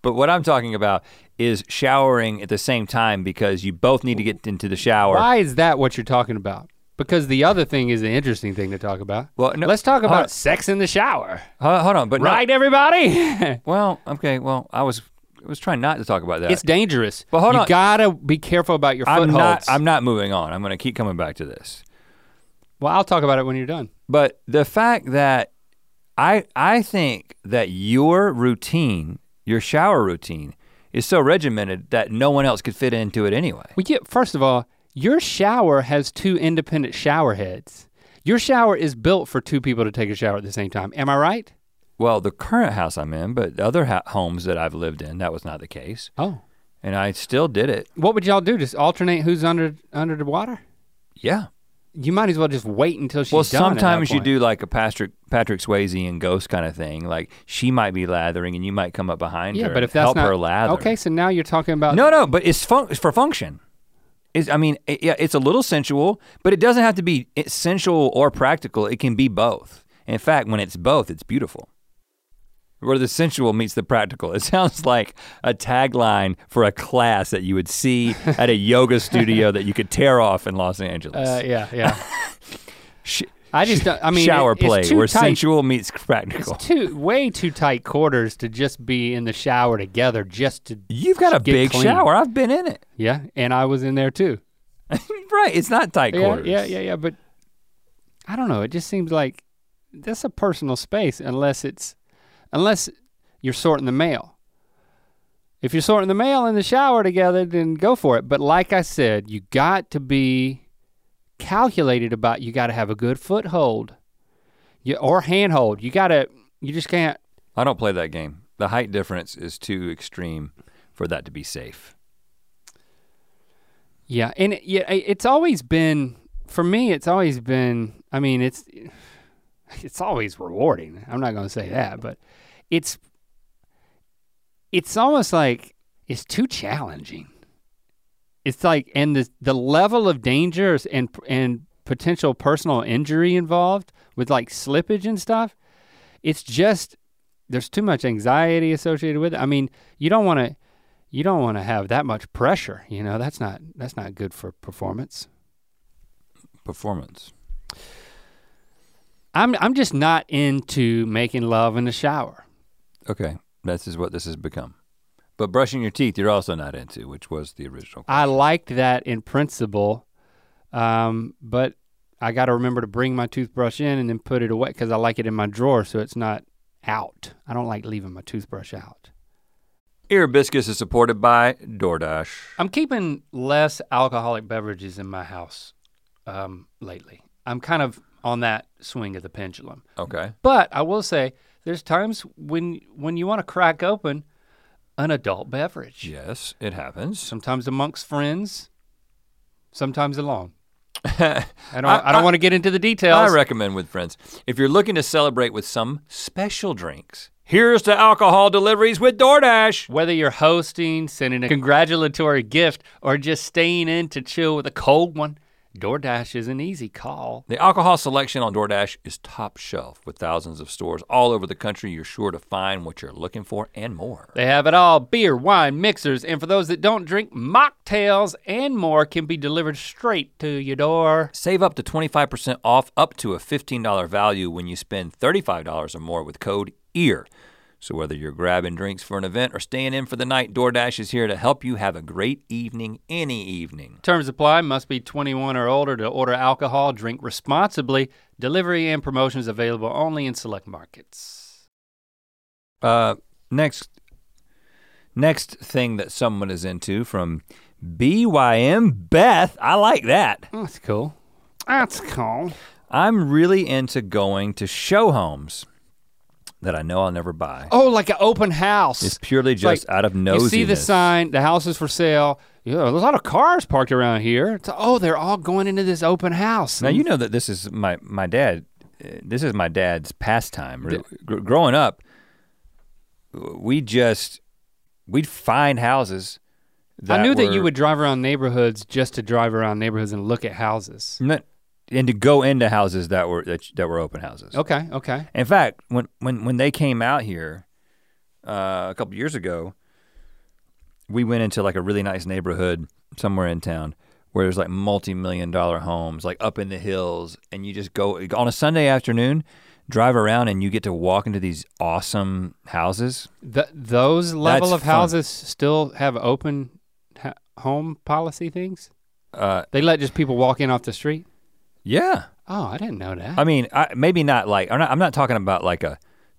but what I'm talking about is showering at the same time because you both need to get into the shower. Why is that what you're talking about? Because the other thing is the interesting thing to talk about. Well, no- Let's talk hold about on. sex in the shower. Ho- Hold on, but no- Right, everybody? well, okay. Well, I was I was trying not to talk about that. it's dangerous. But hold you on. gotta be careful about your I'm footholds. not. I'm not moving on. I'm going to keep coming back to this. well, I'll talk about it when you're done. But the fact that I I think that your routine, your shower routine, is so regimented that no one else could fit into it anyway. We get first of all, your shower has two independent shower heads. Your shower is built for two people to take a shower at the same time. Am I right? Well, the current house I'm in, but other ha- homes that I've lived in, that was not the case, Oh. and I still did it. What would y'all do? Just alternate who's under under the water? Yeah. You might as well just wait until she's well, done. at that sometimes you point. do like a Patrick Patrick Swayze and Ghost kind of thing. Like she might be lathering, and you might come up behind Yeah, her. but and if that's help not her lather. okay, so now you're talking about No, no, but it's fun- it's for function. It's, I mean, it, yeah, it's a little sensual, but it doesn't have to be sensual or practical. It can be both. In fact, when it's both, it's beautiful. Where the sensual meets the practical. It sounds like a tagline for a class that you would see at a yoga studio that you could tear off in Los Angeles. Uh, yeah, yeah. Sh- I just don't, I mean shower it- play it's too where tight. sensual meets It's practical. too way too tight quarters to just be in the shower together just to You've got a Get big clean. shower. I've been in it. Yeah, and I was in there too. right. It's not tight Yeah, quarters. yeah, yeah, yeah. But I don't know. It just seems like that's a personal space, unless it's unless you're sorting the mail. If you're sorting the mail in the shower together, then go for it. But like I said, you got to be calculated about. You got to have a good foothold, you, or handhold. You got to. You just can't. I don't play that game. The height difference is too extreme for that to be safe. Yeah, and it, yeah, it- it's always been for me. It's always been. I mean, it's it's always rewarding. I'm not going to say that, but it's it's almost like it's too challenging. It's like, and the the level of dangers and and potential personal injury involved with like slippage and stuff. It's just there's too much anxiety associated with it. I mean, you don't want to you don't want to have that much pressure you know that's not that's not good for performance Performance. i'm i'm just not into making love in the shower Okay, this is what this has become. But brushing your teeth, you're also not into, which was the original. i liked that in principle um, but i got to remember to bring my toothbrush in and then put it away cuz i like it in my drawer so it's not out i don't like leaving my toothbrush out Ear Hibiscus is supported by DoorDash. i'm keeping less alcoholic beverages in my house um, lately i'm kind of on that swing of the pendulum Okay. But I will say, there's times when when you want to crack open an adult beverage. Yes, it happens. Sometimes amongst friends, sometimes alone. I don't. I, don't want to get into I the details. recommend with friends. If you're looking to celebrate with some special drinks, here's to alcohol deliveries with DoorDash. Whether you're hosting, sending a congratulatory gift, or just staying in to chill with a cold one, DoorDash is an easy call. The alcohol selection on DoorDash is top shelf with thousands of stores all over the country. You're sure to find what you're looking for and more. They have it all beer, wine, mixers, and for those that don't drink, mocktails and more can be delivered straight to your door. Save up to 25% off up to a $15 value when you spend $35 or more with code EAR. So whether you're grabbing drinks for an event or staying in for the night, DoorDash is here to help you have a great evening any evening. Terms apply. Must be 21 or older to order alcohol. Drink responsibly. Delivery and promotions available only in select markets. Uh, next next thing that someone is into from BYM Beth. I like that. That's cool. That's cool. I'm really into going to show homes. that I know I'll never buy. Oh, like an open house. It's purely like, just out of you nosiness. see the sign, the house is for sale. Yeah, there's a lot of cars parked around here. It's, oh, they're all going into this open house. Now you know that this is my my dad. uh, This is my dad's pastime. Re- gr- growing up, we just we'd find houses. That I knew that you were- would drive around neighborhoods just to drive around neighborhoods and look at houses. not- and to go into houses that were that, that were open houses. Okay, okay. In fact, when when when they came out here uh, a couple years ago, we went into like a really nice neighborhood somewhere in town where there's like multi-million dollar homes like up in the hills and you just go on a Sunday afternoon, drive around and you get to walk into these awesome houses. Th- those level That's of houses still have open ha- home policy things. Uh, They let just people walk in off the street. yeah. Oh, I didn't know that. I mean, I, maybe not like I'm not, I'm not talking about like a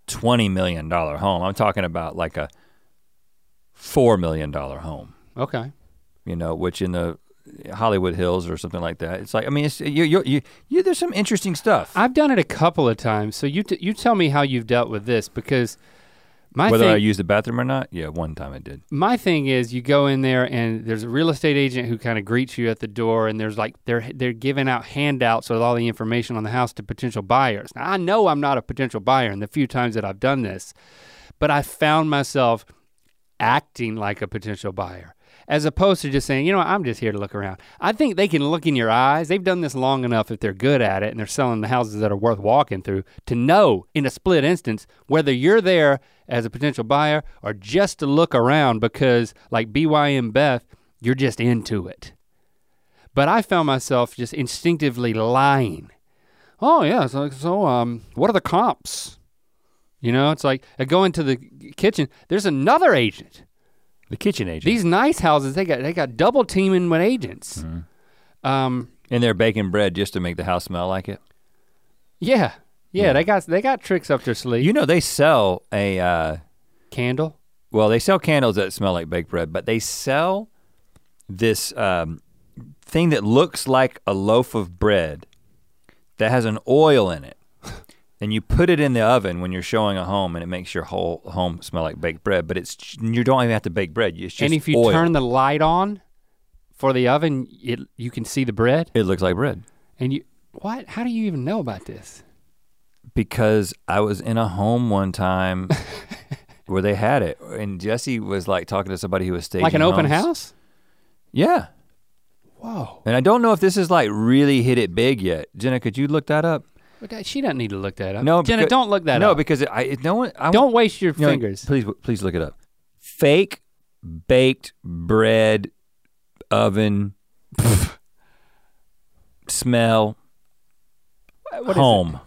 20 million dollar home. I'm talking about like a 4 million dollar home. okay. you know, which in the Hollywood Hills or something like that. It's like I mean, it's you you you, you there's some interesting stuff. I've done it a couple of times. So you t- you tell me how you've dealt with this because my Whether I thing, use the bathroom or not, yeah, one time I did. my thing is you go in there and there's a real estate agent who kind of greets you at the door and there's like they're they're giving out handouts with all the information on the house to potential buyers. Now I know I'm not a potential buyer in the few times that I've done this, but I found myself acting like a potential buyer as opposed to just saying, you know, what, I'm just here to look around. I think they can look in your eyes. They've done this long enough if they're good at it and they're selling the houses that are worth walking through to know in a split instance whether you're there as a potential buyer or just to look around because like BYM Beth, you're just into it. But I found myself just instinctively lying. Oh yeah, so, so um what are the comps? You know, it's like I go into the kitchen, there's another agent. The kitchen agent. These nice houses, they got they got double teaming with agents. Mm-hmm. Um, and they're baking bread just to make the house smell like it. yeah, yeah, Yeah. they got they got tricks up their sleeve. You know they sell a uh, Candle, well they sell candles that smell like baked bread, but they sell this um, thing that looks like a loaf of bread that has an oil in it. And you put it in the oven when you're showing a home, and it makes your whole home smell like baked bread. But it's you don't even have to bake bread; it's just and if you oil. turn the light on for the oven, it, you can see the bread. It looks like bread. And you what? How do you even know about this? Because I was in a home one time where they had it, and Jesse was like talking to somebody who was staging Like an open homes. house? Yeah, Whoa! and I don't know if this is like really hit it big yet. Jenna, could you look that up? But that- she doesn't need to look that up. No, Jenna, becau- don't look that no, up. because it, I it, no one. I, don't waste your you know, fingers. Please, please look it up. Fake baked bread oven pff, smell What is it? home.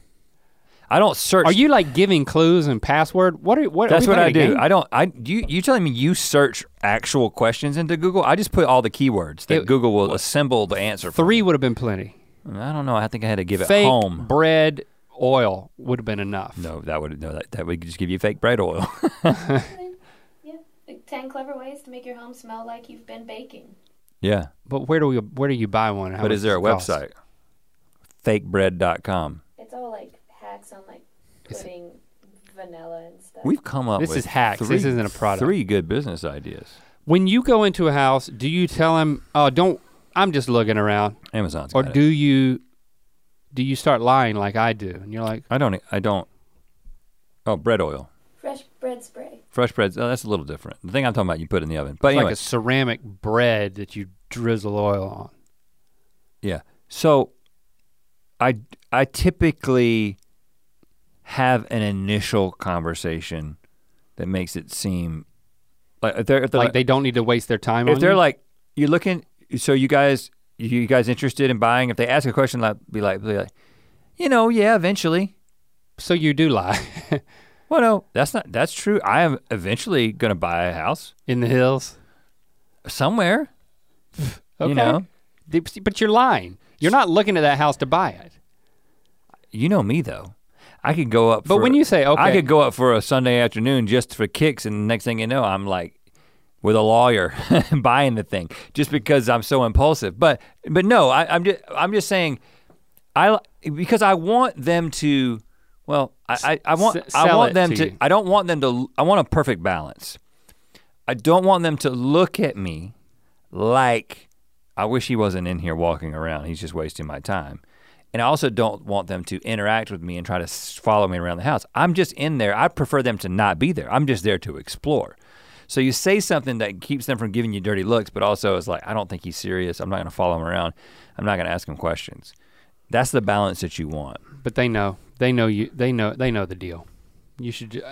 I don't search. Are you like giving clues and password? What are what? are That's we what I playing a do. game? I don't. I you you telling me you search actual questions into Google? I just put all the keywords that It- Google will assemble the answer. For. Three would have been plenty. I don't know. I think I had to give it Fake home. bread oil would have been enough. no, that would no that, that would just give you fake bread oil. Yeah. Like 10 clever ways to make your home smell like you've been baking. yeah, But where do we? Where do you buy one? How but much is there a does it cost? website? Fakebread.com. It's all like hacks on like It's- putting vanilla and stuff. We've come up. This with is hacks. This three- isn't a product. Three good business ideas. When you go into a house, do you tell him, "Oh, don't. I'm just looking around," Amazon's or got it. do you? Do you start lying like I do? And you're like, I don't. e, I don't. Oh, bread oil, Fresh bread spray. fresh breads. Oh, that's a little different. The thing I'm talking about, you put in the oven. But it's anyway, like a ceramic bread that you drizzle oil on. Yeah. So I I typically have an initial conversation that makes it seem like if they're if they're Like like, they don't need to waste their time. if on they're you? like you're looking so you guys you guys interested in buying if they ask a question like be like be like you know yeah eventually so you do lie well no that's not that's true I am eventually going to buy a house in the hills. somewhere Okay. you know They- but you're lying. You're not looking at that house to buy it. you know me though I could go up But for- when you say, "Okay," I could go up for a Sunday afternoon just for kicks, and the next thing you know, I'm like with a lawyer buying the thing just because I'm so impulsive. But but no, I, I'm just I'm just saying I because I want them to Well, I, I, I want S- I sell want it them to to, you. I don't want them to I want a perfect balance. I don't want them to look at me like I wish he wasn't in here walking around. He's just wasting my time. And I also don't want them to interact with me and try to s- follow me around the house. I'm just in there. I prefer them to not be there. I'm just there to explore. So you say something that keeps them from giving you dirty looks, but also is like, I don't think he's serious. I'm not going to follow him around. I'm not going to ask him questions. That's the balance that you want. But they know. They know you. They know. They know the deal. You should. ju-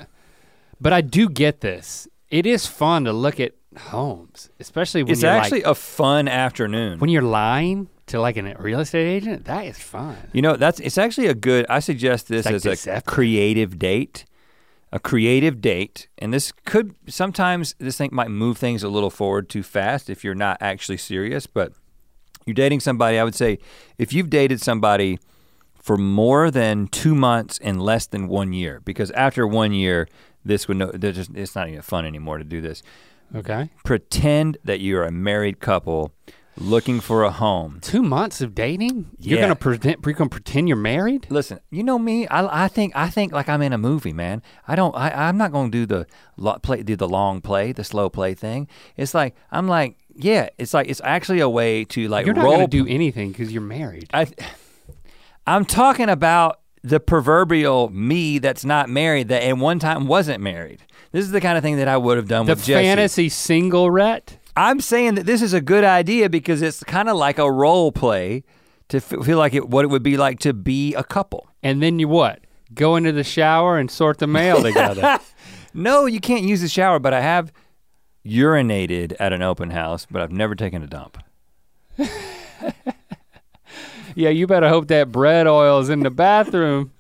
But I do get this. It is fun to look at homes, especially when it's you're actually like, a fun afternoon. when you're lying to like an- a real estate agent. That is fun. you know, that's it's actually a good. I suggest this like as a deceptive. creative date, a creative date, and this could sometimes this thing might move things a little forward too fast if you're not actually serious. But you're dating somebody. I would say if you've dated somebody for more than two months and less than one year, because after one year, this would no, they're just it's not even fun anymore to do this. Okay. Pretend that you're a married couple looking for a home. Two months of dating. You're Yeah. gonna pretend. You're gonna pretend you're married. Listen, you know me. I, I think I think like I'm in a movie, man. I don't. I, I'm not gonna do the lo- play, do the long play, the slow play thing. It's like I'm like, yeah. It's like it's actually a way to like You're not roll. gonna do anything because you're married. I, I'm talking about the proverbial me that's not married that at one time wasn't married. This is the kind of thing that I would have done The with Jesse. fantasy single ret. I'm saying that this is a good idea because it's kind of like a role play to f- feel like it, what it would be like to be a couple. And then you what? Go into the shower and sort the mail together. No, you can't use the shower, but I have urinated at an open house, but I've never taken a dump. yeah, you better hope that bread oil is in the bathroom.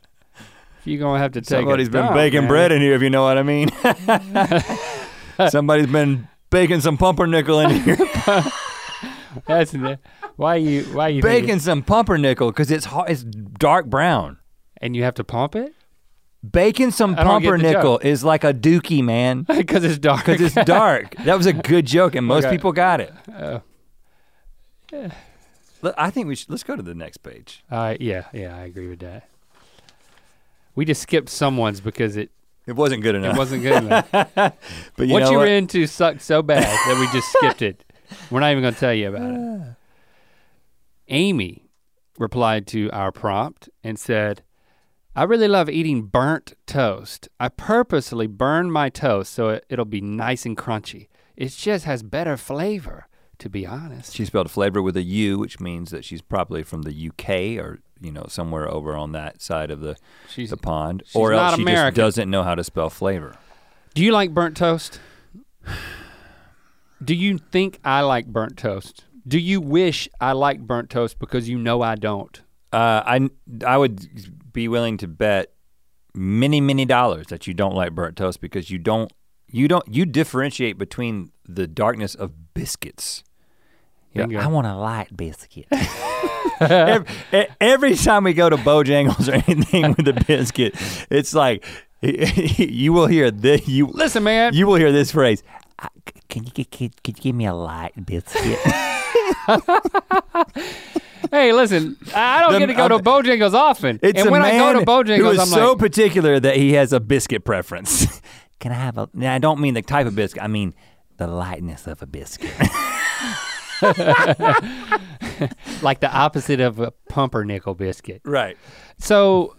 You're gonna have to take. Somebody's Somebody's been baking bread in here, if you know what I mean. Somebody's been baking some pumpernickel in here. That's n- why you why you think baking some pumpernickel because it's hot, it's dark brown. it- and you have to pump it Baking some I don't get the pumpernickel is like a dookie, man. because it's dark. Because it's dark. that was a good joke, and most Okay. people got it. Oh. Look, I think we should. Let's go to the next page. Uh, yeah, yeah, I agree with that. We just skipped someone's because it, It wasn't good enough. it wasn't good enough. but you what know you what? were into sucked so bad that we just skipped it. We're not even going to tell you about it. Amy replied to our prompt and said, I really love eating burnt toast. I purposely burn my toast so it, it'll be nice and crunchy. It just has better flavor, to be honest. She spelled flavor with a U, which means that she's probably from the UK or you know somewhere over on that side of the, She's, the pond, she's or else not she just American. doesn't know how to spell flavor. Do you like burnt toast? Do you think I like burnt toast? Do you wish I like burnt toast because you know I don't? Uh, I I would be willing to bet many many dollars that you don't like burnt toast because you don't you don't you differentiate between the darkness of biscuits. You know, Bingo. I want a light biscuit. every, e- every time we go to Bojangles or anything with a biscuit, it's like you will hear this. You Listen, man. you will hear this phrase. Uh, c- can you g- can, can you give me a light biscuit? hey, listen. I I don't The- get to go uh, to Bojangles often. It's and a when I man go to who is Bojangles, I'm so like, particular that he has a biscuit preference. can I have a now, I don't mean the type of biscuit. I mean the lightness of a biscuit? like the opposite of a pumpernickel biscuit. right. So,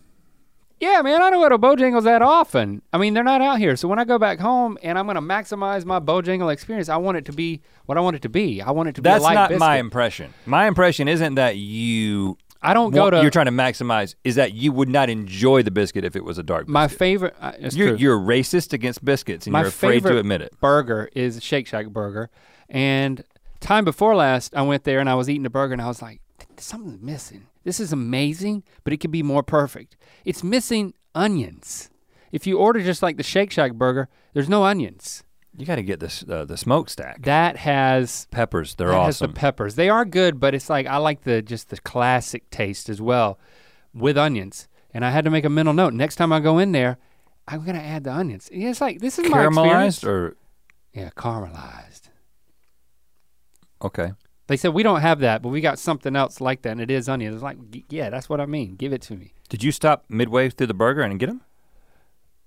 yeah, man, I don't go to Bojangles that often. I mean, they're not out here. So when I go back home and I'm going to maximize my Bojangle experience, I want it to be what I want it to be. I want it to be That's a light not biscuit. my impression. My impression isn't that you I don't go want- to you're trying to maximize is that you would not enjoy the biscuit if it was a dark my biscuit. favorite. Uh, it's you're, true. you're racist against biscuits and My you're afraid to favorite- admit it. burger is Shake Shack burger. And time before last, I went there and I was eating the burger and I was like, "Th- something's missing. This is amazing, but it could be more perfect. It's missing onions. If you order just like the Shake Shack burger, there's no onions. You got to get this uh, the smokestack. That has Peppers, they're that has the awesome. peppers. They are good, but it's like I like the just the classic taste as well with onions. And I had to make a mental note. Next time I go in there, I'm gonna add the onions. Yeah, It's like this is my experience. Caramelized or yeah, caramelized. okay. They said we don't have that, but we got something else like that, and it is onions. It's like, "Y- yeah, that's what I mean. Give it to me. Did you stop midway through the burger and get them?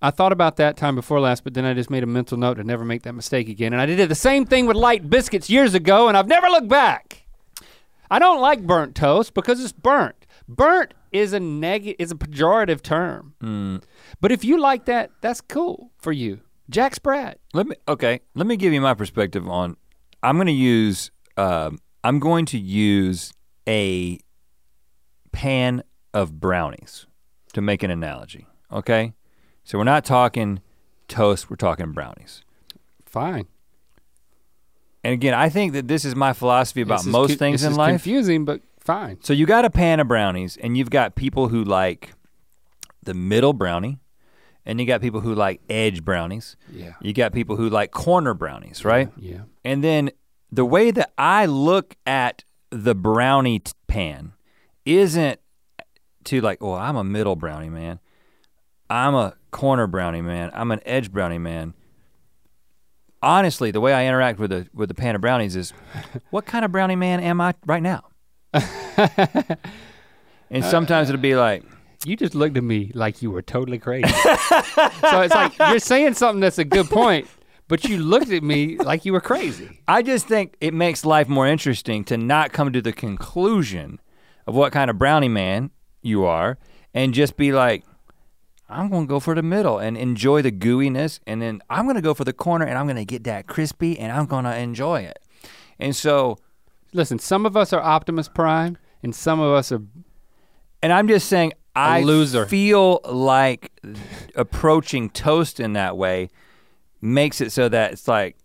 I thought about that time before last, but then I just made a mental note to never make that mistake again. And I did the same thing with light biscuits years ago, and I've never looked back. I don't like burnt toast because it's burnt. Burnt is a negative is a pejorative term. Mm. But if you like that, that's cool for you. Jack Sprat. Let me okay. Let me give you my perspective on. I'm going to use. um I'm going to use a pan of brownies to make an analogy. Okay, so we're not talking toast. We're talking brownies. Fine. And again, I think that this is my philosophy about This is most cu- things this in is life. Confusing, but fine. So you got a pan of brownies, and you've got people who like the middle brownie, and you got people who like edge brownies. Yeah. You got people who like corner brownies, right? Yeah. And then the way that I look at the brownie t- pan isn't to like, well, I'm a middle brownie man. I'm a corner brownie man. I'm an edge brownie man. Honestly, the way I interact with the with the pan of brownies is, what kind of brownie man am I right now? and sometimes it'll be like, You just looked at me like you were totally crazy. so it's like you're saying something that's a good point, but you looked at me like you were crazy. I just think it makes life more interesting to not come to the conclusion of what kind of brownie man you are and just be like, I'm gonna go for the middle and enjoy the gooiness, and then I'm gonna go for the corner and I'm gonna get that crispy and I'm gonna enjoy it. And so, Listen, some of us are Optimus Prime, and some of us are. and I'm just saying, I loser. feel like approaching toast in that way makes it so that it's like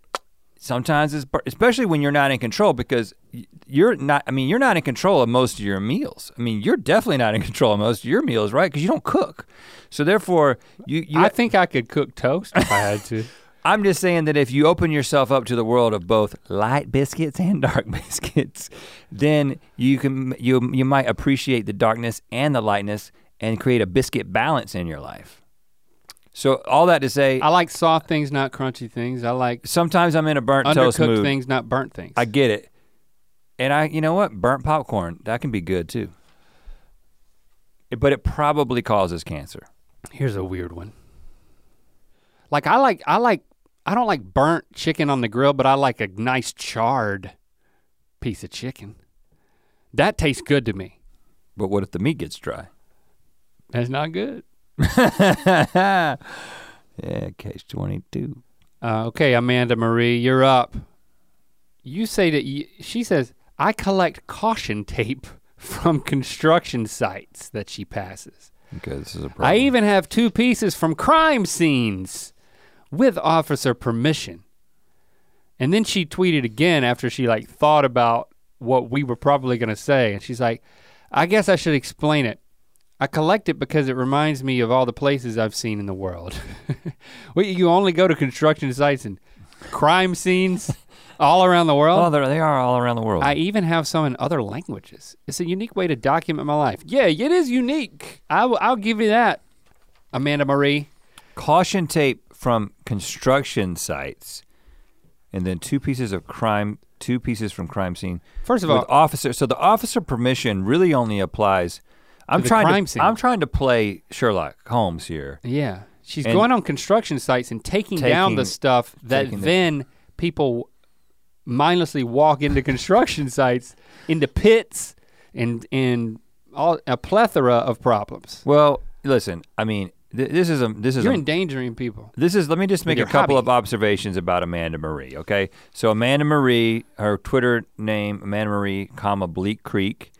sometimes it's bur- especially when you're not in control because y- you're not. I mean, you're not in control of most of your meals. I mean, you're definitely not in control of most of your meals, right? Because you don't cook. So therefore, you you. I think I could cook toast if I had to. I'm just saying that if you open yourself up to the world of both light biscuits and dark biscuits, then you can you you might appreciate the darkness and the lightness and create a biscuit balance in your life. So all that to say, I like soft things, not crunchy things. I like sometimes I'm in a burnt toast undercooked mood. things, not burnt things. I get it. And I, you know what? Burnt popcorn, that can be good too. But it probably causes cancer. Here's a weird one. Like I like I like I don't like burnt chicken on the grill, but I like a nice charred piece of chicken. That tastes good to me. But what if the meat gets dry? That's not good. yeah, case 22. Uh, okay, Amanda Marie, you're up. You say that you, she says I collect caution tape from construction sites that she passes. Okay, this is a problem. I even have two pieces from crime scenes with officer permission. And then she tweeted again after she like thought about what we were probably going to say and she's like, "I guess I should explain it. I collect it because it reminds me of all the places I've seen in the world." well, you only go to construction sites and crime scenes all around the world. Oh, they're, they are all around the world. I even have some in other languages. It's a unique way to document my life. Yeah, it is unique. I w- I'll give you that, Amanda Marie. Caution tape from construction sites, and then two pieces of crime, two pieces from crime scene. First of with all- officer. So the officer permission really only applies. I'm the trying crime to. scene. I'm trying to play Sherlock Holmes here. Yeah, she's And- going on construction sites and taking, down Taking- the stuff that taking the- then people mindlessly walk into construction sites, into pits, and and all a plethora of problems. Well, listen. I mean, th- this is a. This is You're a, endangering people. This is, let me just make a your couple hobby. of observations about Amanda Marie, okay? So Amanda Marie, her Twitter name, Amanda Marie, comma, Bleak Creek.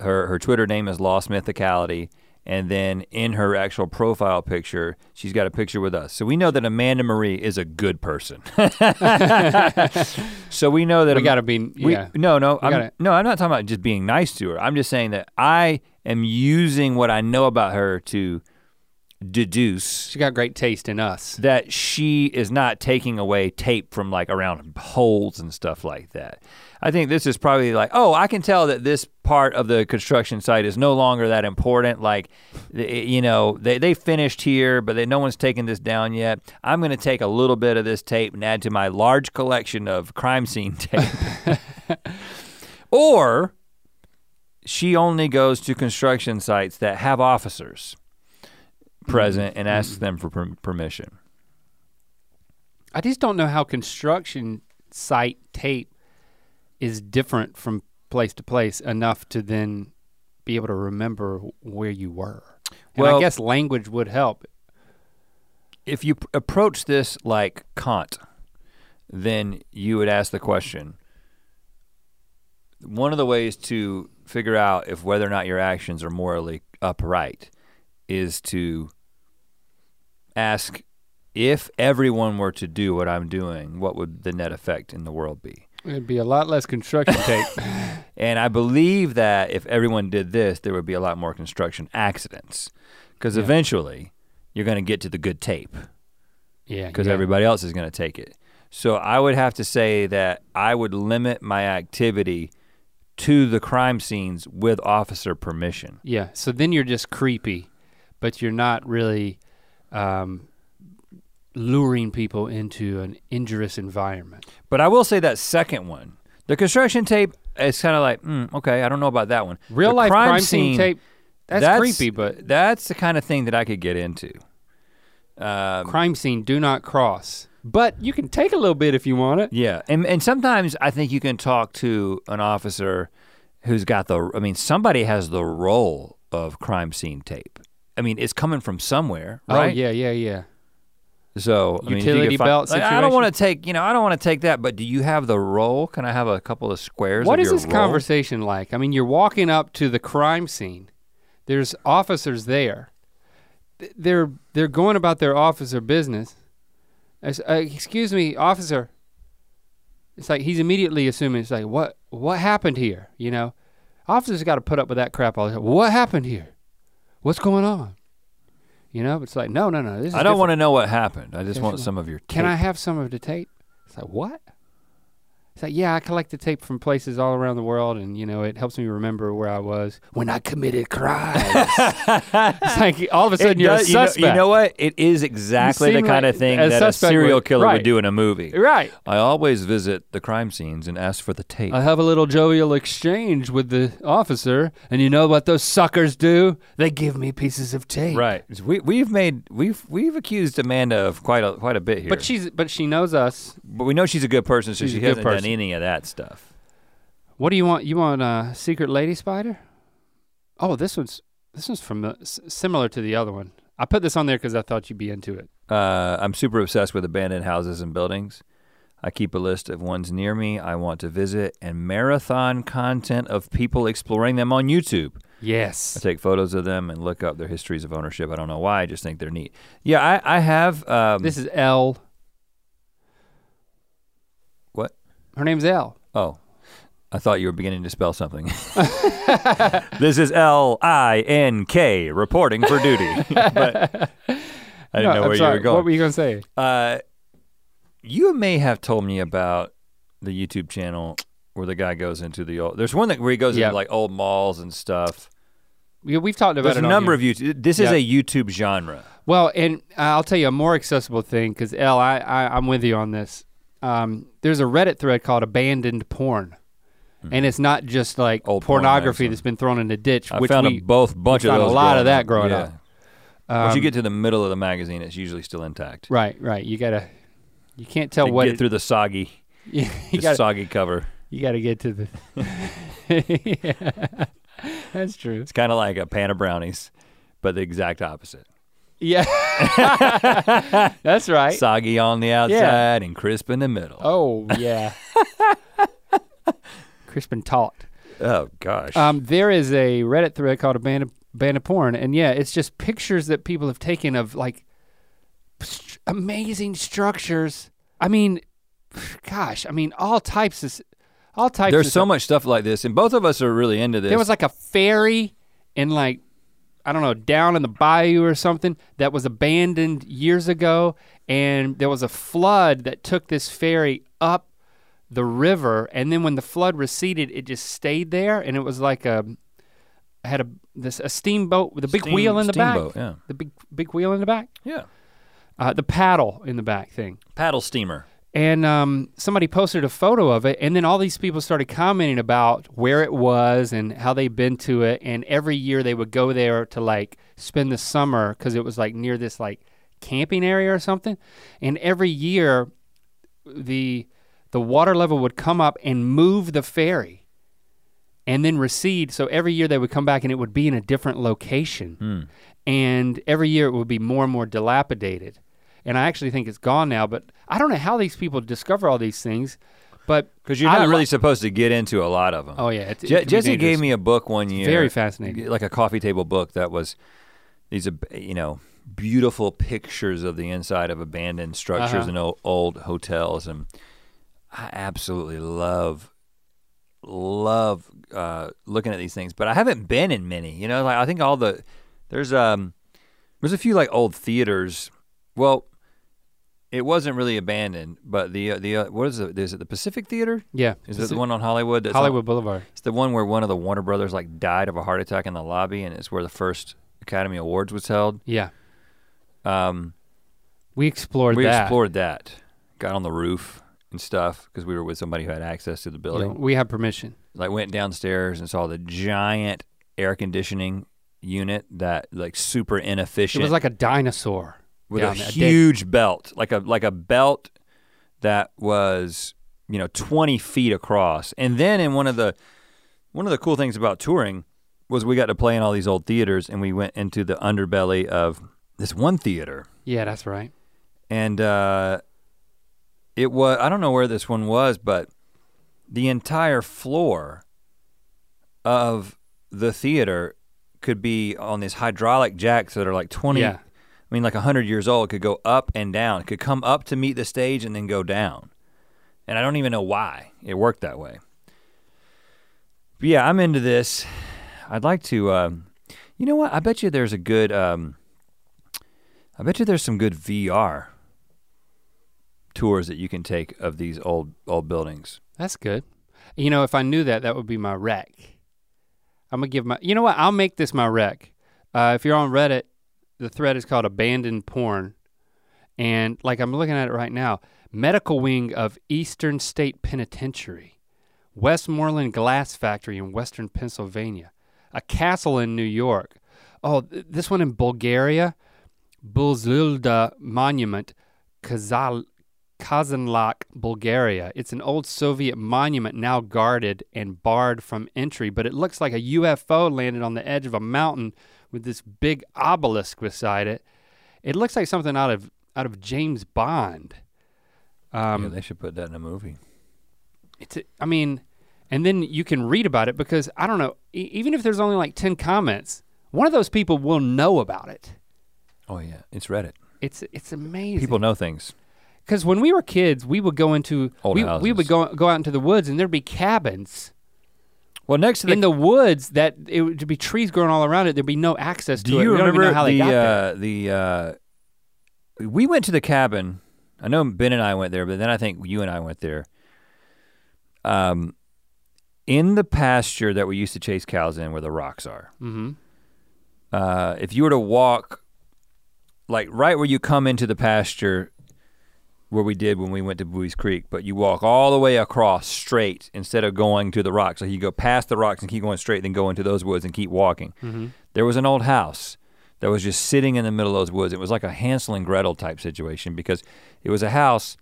Her, her Twitter name is Lost Mythicality. And then in her actual profile picture, she's got a picture with us. So we know that Amanda Marie is a good person. so we know that We Am- gotta be we- yeah. no, no, I'm, gotta- no. I'm not talking about just being nice to her. I'm just saying that I am using what I know about her to deduce She got great taste in us. that she is not taking away tape from like around holes and stuff like that. I think this is probably like, oh, I can tell that this part of the construction site is no longer that important. Like, th- it- you know, they, they finished here, but they, no one's taken this down yet. I'm going to take a little bit of this tape and add to my large collection of crime scene tape. Or she only goes to construction sites that have officers present and asks them for per- permission. I just don't know how construction site tape is different from place to place enough to then be able to remember where you were. And Well- I guess language would help. If you p- approach this like Kant, then you would ask the question. One of the ways to figure out if whether or not your actions are morally upright is to ask if everyone were to do what I'm doing, what would the net effect in the world be? It'd be a lot less construction tape. And I believe that if everyone did this, there would be a lot more construction accidents. Because eventually, you're going to get to the good tape Yeah, because yeah. everybody else is going to take it. So I would have to say that I would limit my activity to the crime scenes with officer permission. Yeah, so then you're just creepy, but you're not really um, luring people into an injurious environment. But I will say that second one, the construction tape, it's kind of like, mm, okay, I don't know about that one. Real The life crime, scene, tape. That's, creepy, but that's the kind of thing that I could get into. Um, crime scene do not cross. But you can take a little bit if you want it. Yeah, and and sometimes I think you can talk to an officer who's got the. I mean, somebody has the role of crime scene tape. I mean, it's coming from somewhere, right? Oh yeah, yeah, yeah. So I mean, if you Utility could find- belt like, I don't situation? want to take. You know, I don't want to take that. But do you have the role? Can I have a couple of squares? What of is your this role? conversation like? I mean, you're walking up to the crime scene. There's officers there. Th- They're they're going about their officer business. As- uh, excuse me, officer. It's like he's immediately assuming it's like what what happened here, you know? Officers got to put up with that crap all the time. What happened here? What's going on? You know, it's like no, no, no. This is I don't different. want to know what happened. I just Yes, want you- some of your. Tape. Can I have some of the tape? It's like, what? It's like, yeah, I collect the tape from places all around the world, and you know, it helps me remember where I was when I committed crimes. it's like all of a It sudden you're does- a you know- suspect. You know, what? It is exactly the seem kind like of thing a that a suspect serial would- killer would right. do in a movie. right? I always visit the crime scenes and ask for the tape. I have a little jovial exchange with the officer, and you know what those suckers do? They give me pieces of tape. Right. We we've made we've we've accused Amanda of quite a quite a bit here. But she's but she knows us. but we know she's a good person, so She's she a good hasn't done person. any of that stuff. What do you want? You want a secret lady spider? Oh, this one's this one's from the, s- similar to the other one. I put this on there because I thought you'd be into it. Uh, I'm super obsessed with abandoned houses and buildings. I keep a list of ones near me I want to visit and marathon content of people exploring them on YouTube. Yes. I take photos of them and look up their histories of ownership. I don't know why, I just think they're neat. Yeah, I, I have um, This is L. What? Her name's L. Oh, I thought you were beginning to spell something. this is L I N K reporting for duty. but I didn't know where you were going. What were you going to say? uh, you may have told me about the YouTube channel where the guy goes into the old. There's one that where he goes Yeah. into like old malls and stuff. We, we've talked about There's it. a on number here. of YouTube. This Yeah. is a YouTube genre. Well, and uh, I'll tell you a more accessible thing because L, I, I, I'm with you on this. Um, there's a Reddit thread called "Abandoned Porn," and it's not just like Hmm. Old porn pornography magazine. that's been thrown in a ditch. I which found we, a both bunch we of found a those lot growing of that growing yeah. up. Once you um, get to the middle of the magazine, it's usually still intact. right, right. You gotta, you can't tell To what get it- through the soggy, you, the gotta, soggy cover. you gotta get to the. Yeah. that's true. It's kind of like a pan of brownies, but the exact opposite. Yeah. That's right. Soggy on the outside and crisp in the middle. Oh, oh, yeah. Crispin taught. Oh, gosh. Um, there is a Reddit thread called Abandoned, Abandoned Porn, and yeah, it's just pictures that people have taken of like st- amazing structures. I mean, gosh, I mean, all types of, s- all types There's of so stuff. much stuff like this, and both of us are really into this. There was like a ferry in like I don't know, down in the bayou or something that was abandoned years ago and there was a flood that took this ferry up the river and then when the flood receded it just stayed there and it was like a had a this a steamboat with a big Steam- wheel in the steamboat, back. yeah. The big big wheel in the back. yeah, Uh, the paddle in the back thing. paddle steamer. and um, somebody posted a photo of it, and then all these people started commenting about where it was and how they'd been to it, and every year they would go there to like spend the summer because it was like near this like camping area or something, and every year the the water level would come up and move the ferry, and then recede. So every year they would come back and it would be in a different location, Hmm. and every year it would be more and more dilapidated and I actually think it's gone now. But I don't know how these people discover all these things. But Because you're I not lo- really supposed to get into a lot of them. oh yeah, it's, it Je- can be Jesse dangerous. gave me a book one year. very fascinating. Like a coffee table book that was these, ab- you know, beautiful pictures of the inside of abandoned structures Uh-huh. and old, old hotels. And I absolutely love, love uh, looking at these things. But I haven't been in many, you know, like I think all the, there's, um, there's a few like old theaters. Well, it wasn't really abandoned, but the, uh, the, uh, what is it? Is it the Pacific Theater? yeah. Is it the one on Hollywood? That's on- Hollywood Boulevard? it's the one where one of the Warner Brothers like died of a heart attack in the lobby, and it's where the first Academy Awards was held. Yeah, Um, we explored we that. explored that, got on the roof and stuff because we were with somebody who had access to the You know, building. we have permission. Like went downstairs and saw the giant air conditioning unit that like super It inefficient was like a dinosaur. with a down there, a dead- huge belt, like a like a belt that was you know 20 feet across. And then in one of the one of the cool things about touring was we got to play in all these old theaters, and we went into the underbelly of this one theater, Yeah, that's right. and uh, it was I don't know where this one was, but the entire floor of the theater could be on these hydraulic jacks that are like 20 Yeah. I mean, like 100 years old, could go up and down, could come up to meet the stage and then go down. And I don't even know why it worked that way. But yeah, I'm into this. I'd like to, um, you know what? I bet you there's a good, um, I bet you there's some good VR tours that you can take of these old old buildings. That's good. You know, if I knew that, that would be my rec. I'm gonna give my. You know what? I'll make this my rec. Uh, if you're on Reddit, the thread is called "Abandoned Porn," and like I'm looking at it right now, medical wing of Eastern State Penitentiary, Westmoreland Glass Factory in Western Pennsylvania, a castle in New York. Oh, th- this one in Bulgaria, Buzilda Monument, Kazal, Kazanlak, Bulgaria. It's an old Soviet monument now guarded and barred from entry, but it looks like a UFO landed on the edge of a mountain with this big obelisk beside it. It looks like something out of out of James Bond. Um, yeah, they should put that in a movie. it's i mean and then you can read about it because i don't know e- even if there's only like 10 comments one of those people will know about it Oh yeah, it's Reddit. it's it's amazing People know things. because when we were kids we would go into Old we, we would houses. go go out into the woods and there'd be cabins Well, next to the in the woods that it would be trees growing all around it there'd be no access to Do it you we don't even remember know how the they got there uh, the uh, we went to the cabin? I know Ben and I went there, but then I think you and I went there. Um, in the pasture that we used to chase cows in, where the rocks are. mm-hmm. Uh, if you were to walk, like right where you come into the pasture, where we did when we went to Bowie's Creek, but you walk all the way across straight instead of going to the rocks. Like you go past the rocks and keep going straight, then go into those woods and keep walking Mm-hmm. there was an old house that was just sitting in the middle of those woods. It was like a Hansel and Gretel type situation because it was a house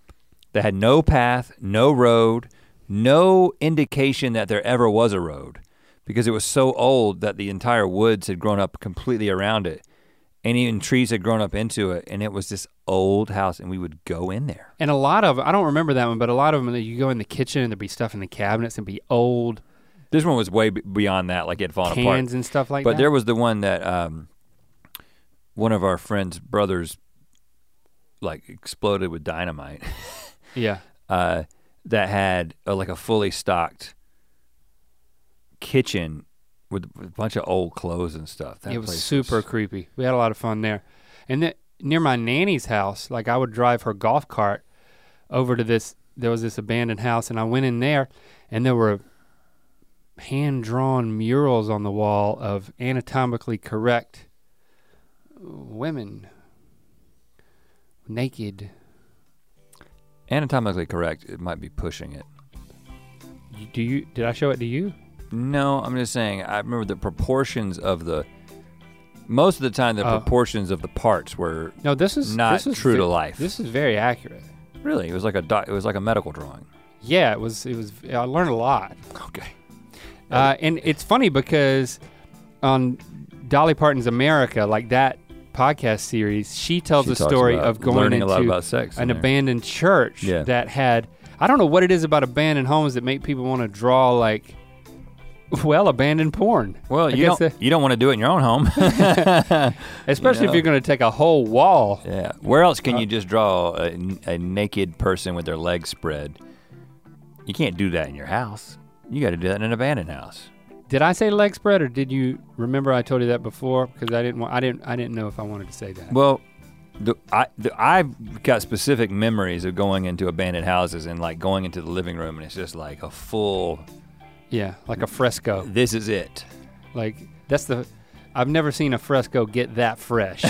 that had no path, no road, no indication that there ever was a road because it was so old that the entire woods had grown up completely around it and even trees had grown up into it and it was this old house and we would go in there. and a lot of i don't remember that one but a lot of them you go in the kitchen and there'd be stuff in the cabinets and be old This one was way b- beyond that like it had fallen cans apart. and stuff like but that there was the one that um, one of our friends' brothers like exploded with dynamite yeah uh, that had uh, like a fully stocked kitchen with a bunch of old clothes and stuff. That it was place super creepy. We had a lot of fun there. And then near my nanny's house, like I would drive her golf cart over to this there was this abandoned house and I went in there and there were hand drawn murals on the wall of anatomically correct women naked Anatomically correct, it might be pushing it. You- Do you? Did I show it to you? No, I'm just saying, I remember the proportions of the. Most of the time, the Oh. proportions of the parts were No, this is Not this is true to ve- life. This is very accurate. really. It was like a doc, it was like a medical drawing. Yeah, it was. It was. I learned a lot, Okay. uh, and it's funny because on Dolly Parton's America, like that podcast series, she tells a story of going learning into a lot about sex. an in there. abandoned church Yeah. that had I don't know what it is about abandoned homes that make people want to draw like well abandoned porn. Well, I you guess don't, you don't want to do it in your own home. Especially know. if you're going to take a whole wall. yeah. Where else Uh. can you just draw a, a naked person with their legs spread? You can't do that in your house. You got to do that in an abandoned house. Did I say leg spread or did you remember I told you that before because I didn't want I didn't I didn't know if I wanted to say that. Well, the, I the, I've got specific memories of going into abandoned houses and like going into the living room and it's just like a full. yeah, like a fresco. This is it. Like that's the I've never seen a fresco get that fresh.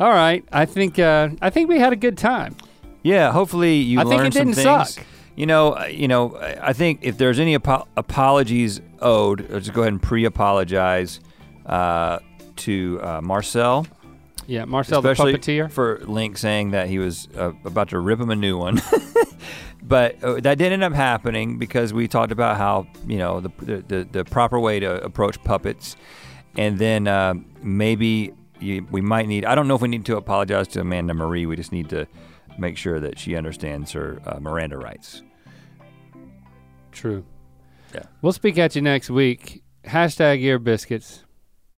All right, I think uh, I think we had a good time. Yeah. Hopefully you I learned think it some didn't things. suck. You know, uh, you know. I I think if there's any apo- apologies owed, let's go ahead and pre-apologize uh, to uh, Marcel, Yeah, Marcel especially the puppeteer. for Link saying that he was uh, about to rip him a new one. but uh, that did end up happening because we talked about how you know the the, the, the proper way to approach puppets, and then uh, maybe you, we might need. I don't know if we need to apologize to Amanda Marie. We just need to make sure that she understands her uh, Miranda rights. True. Yeah. We'll speak at you next week. Hashtag ear biscuits.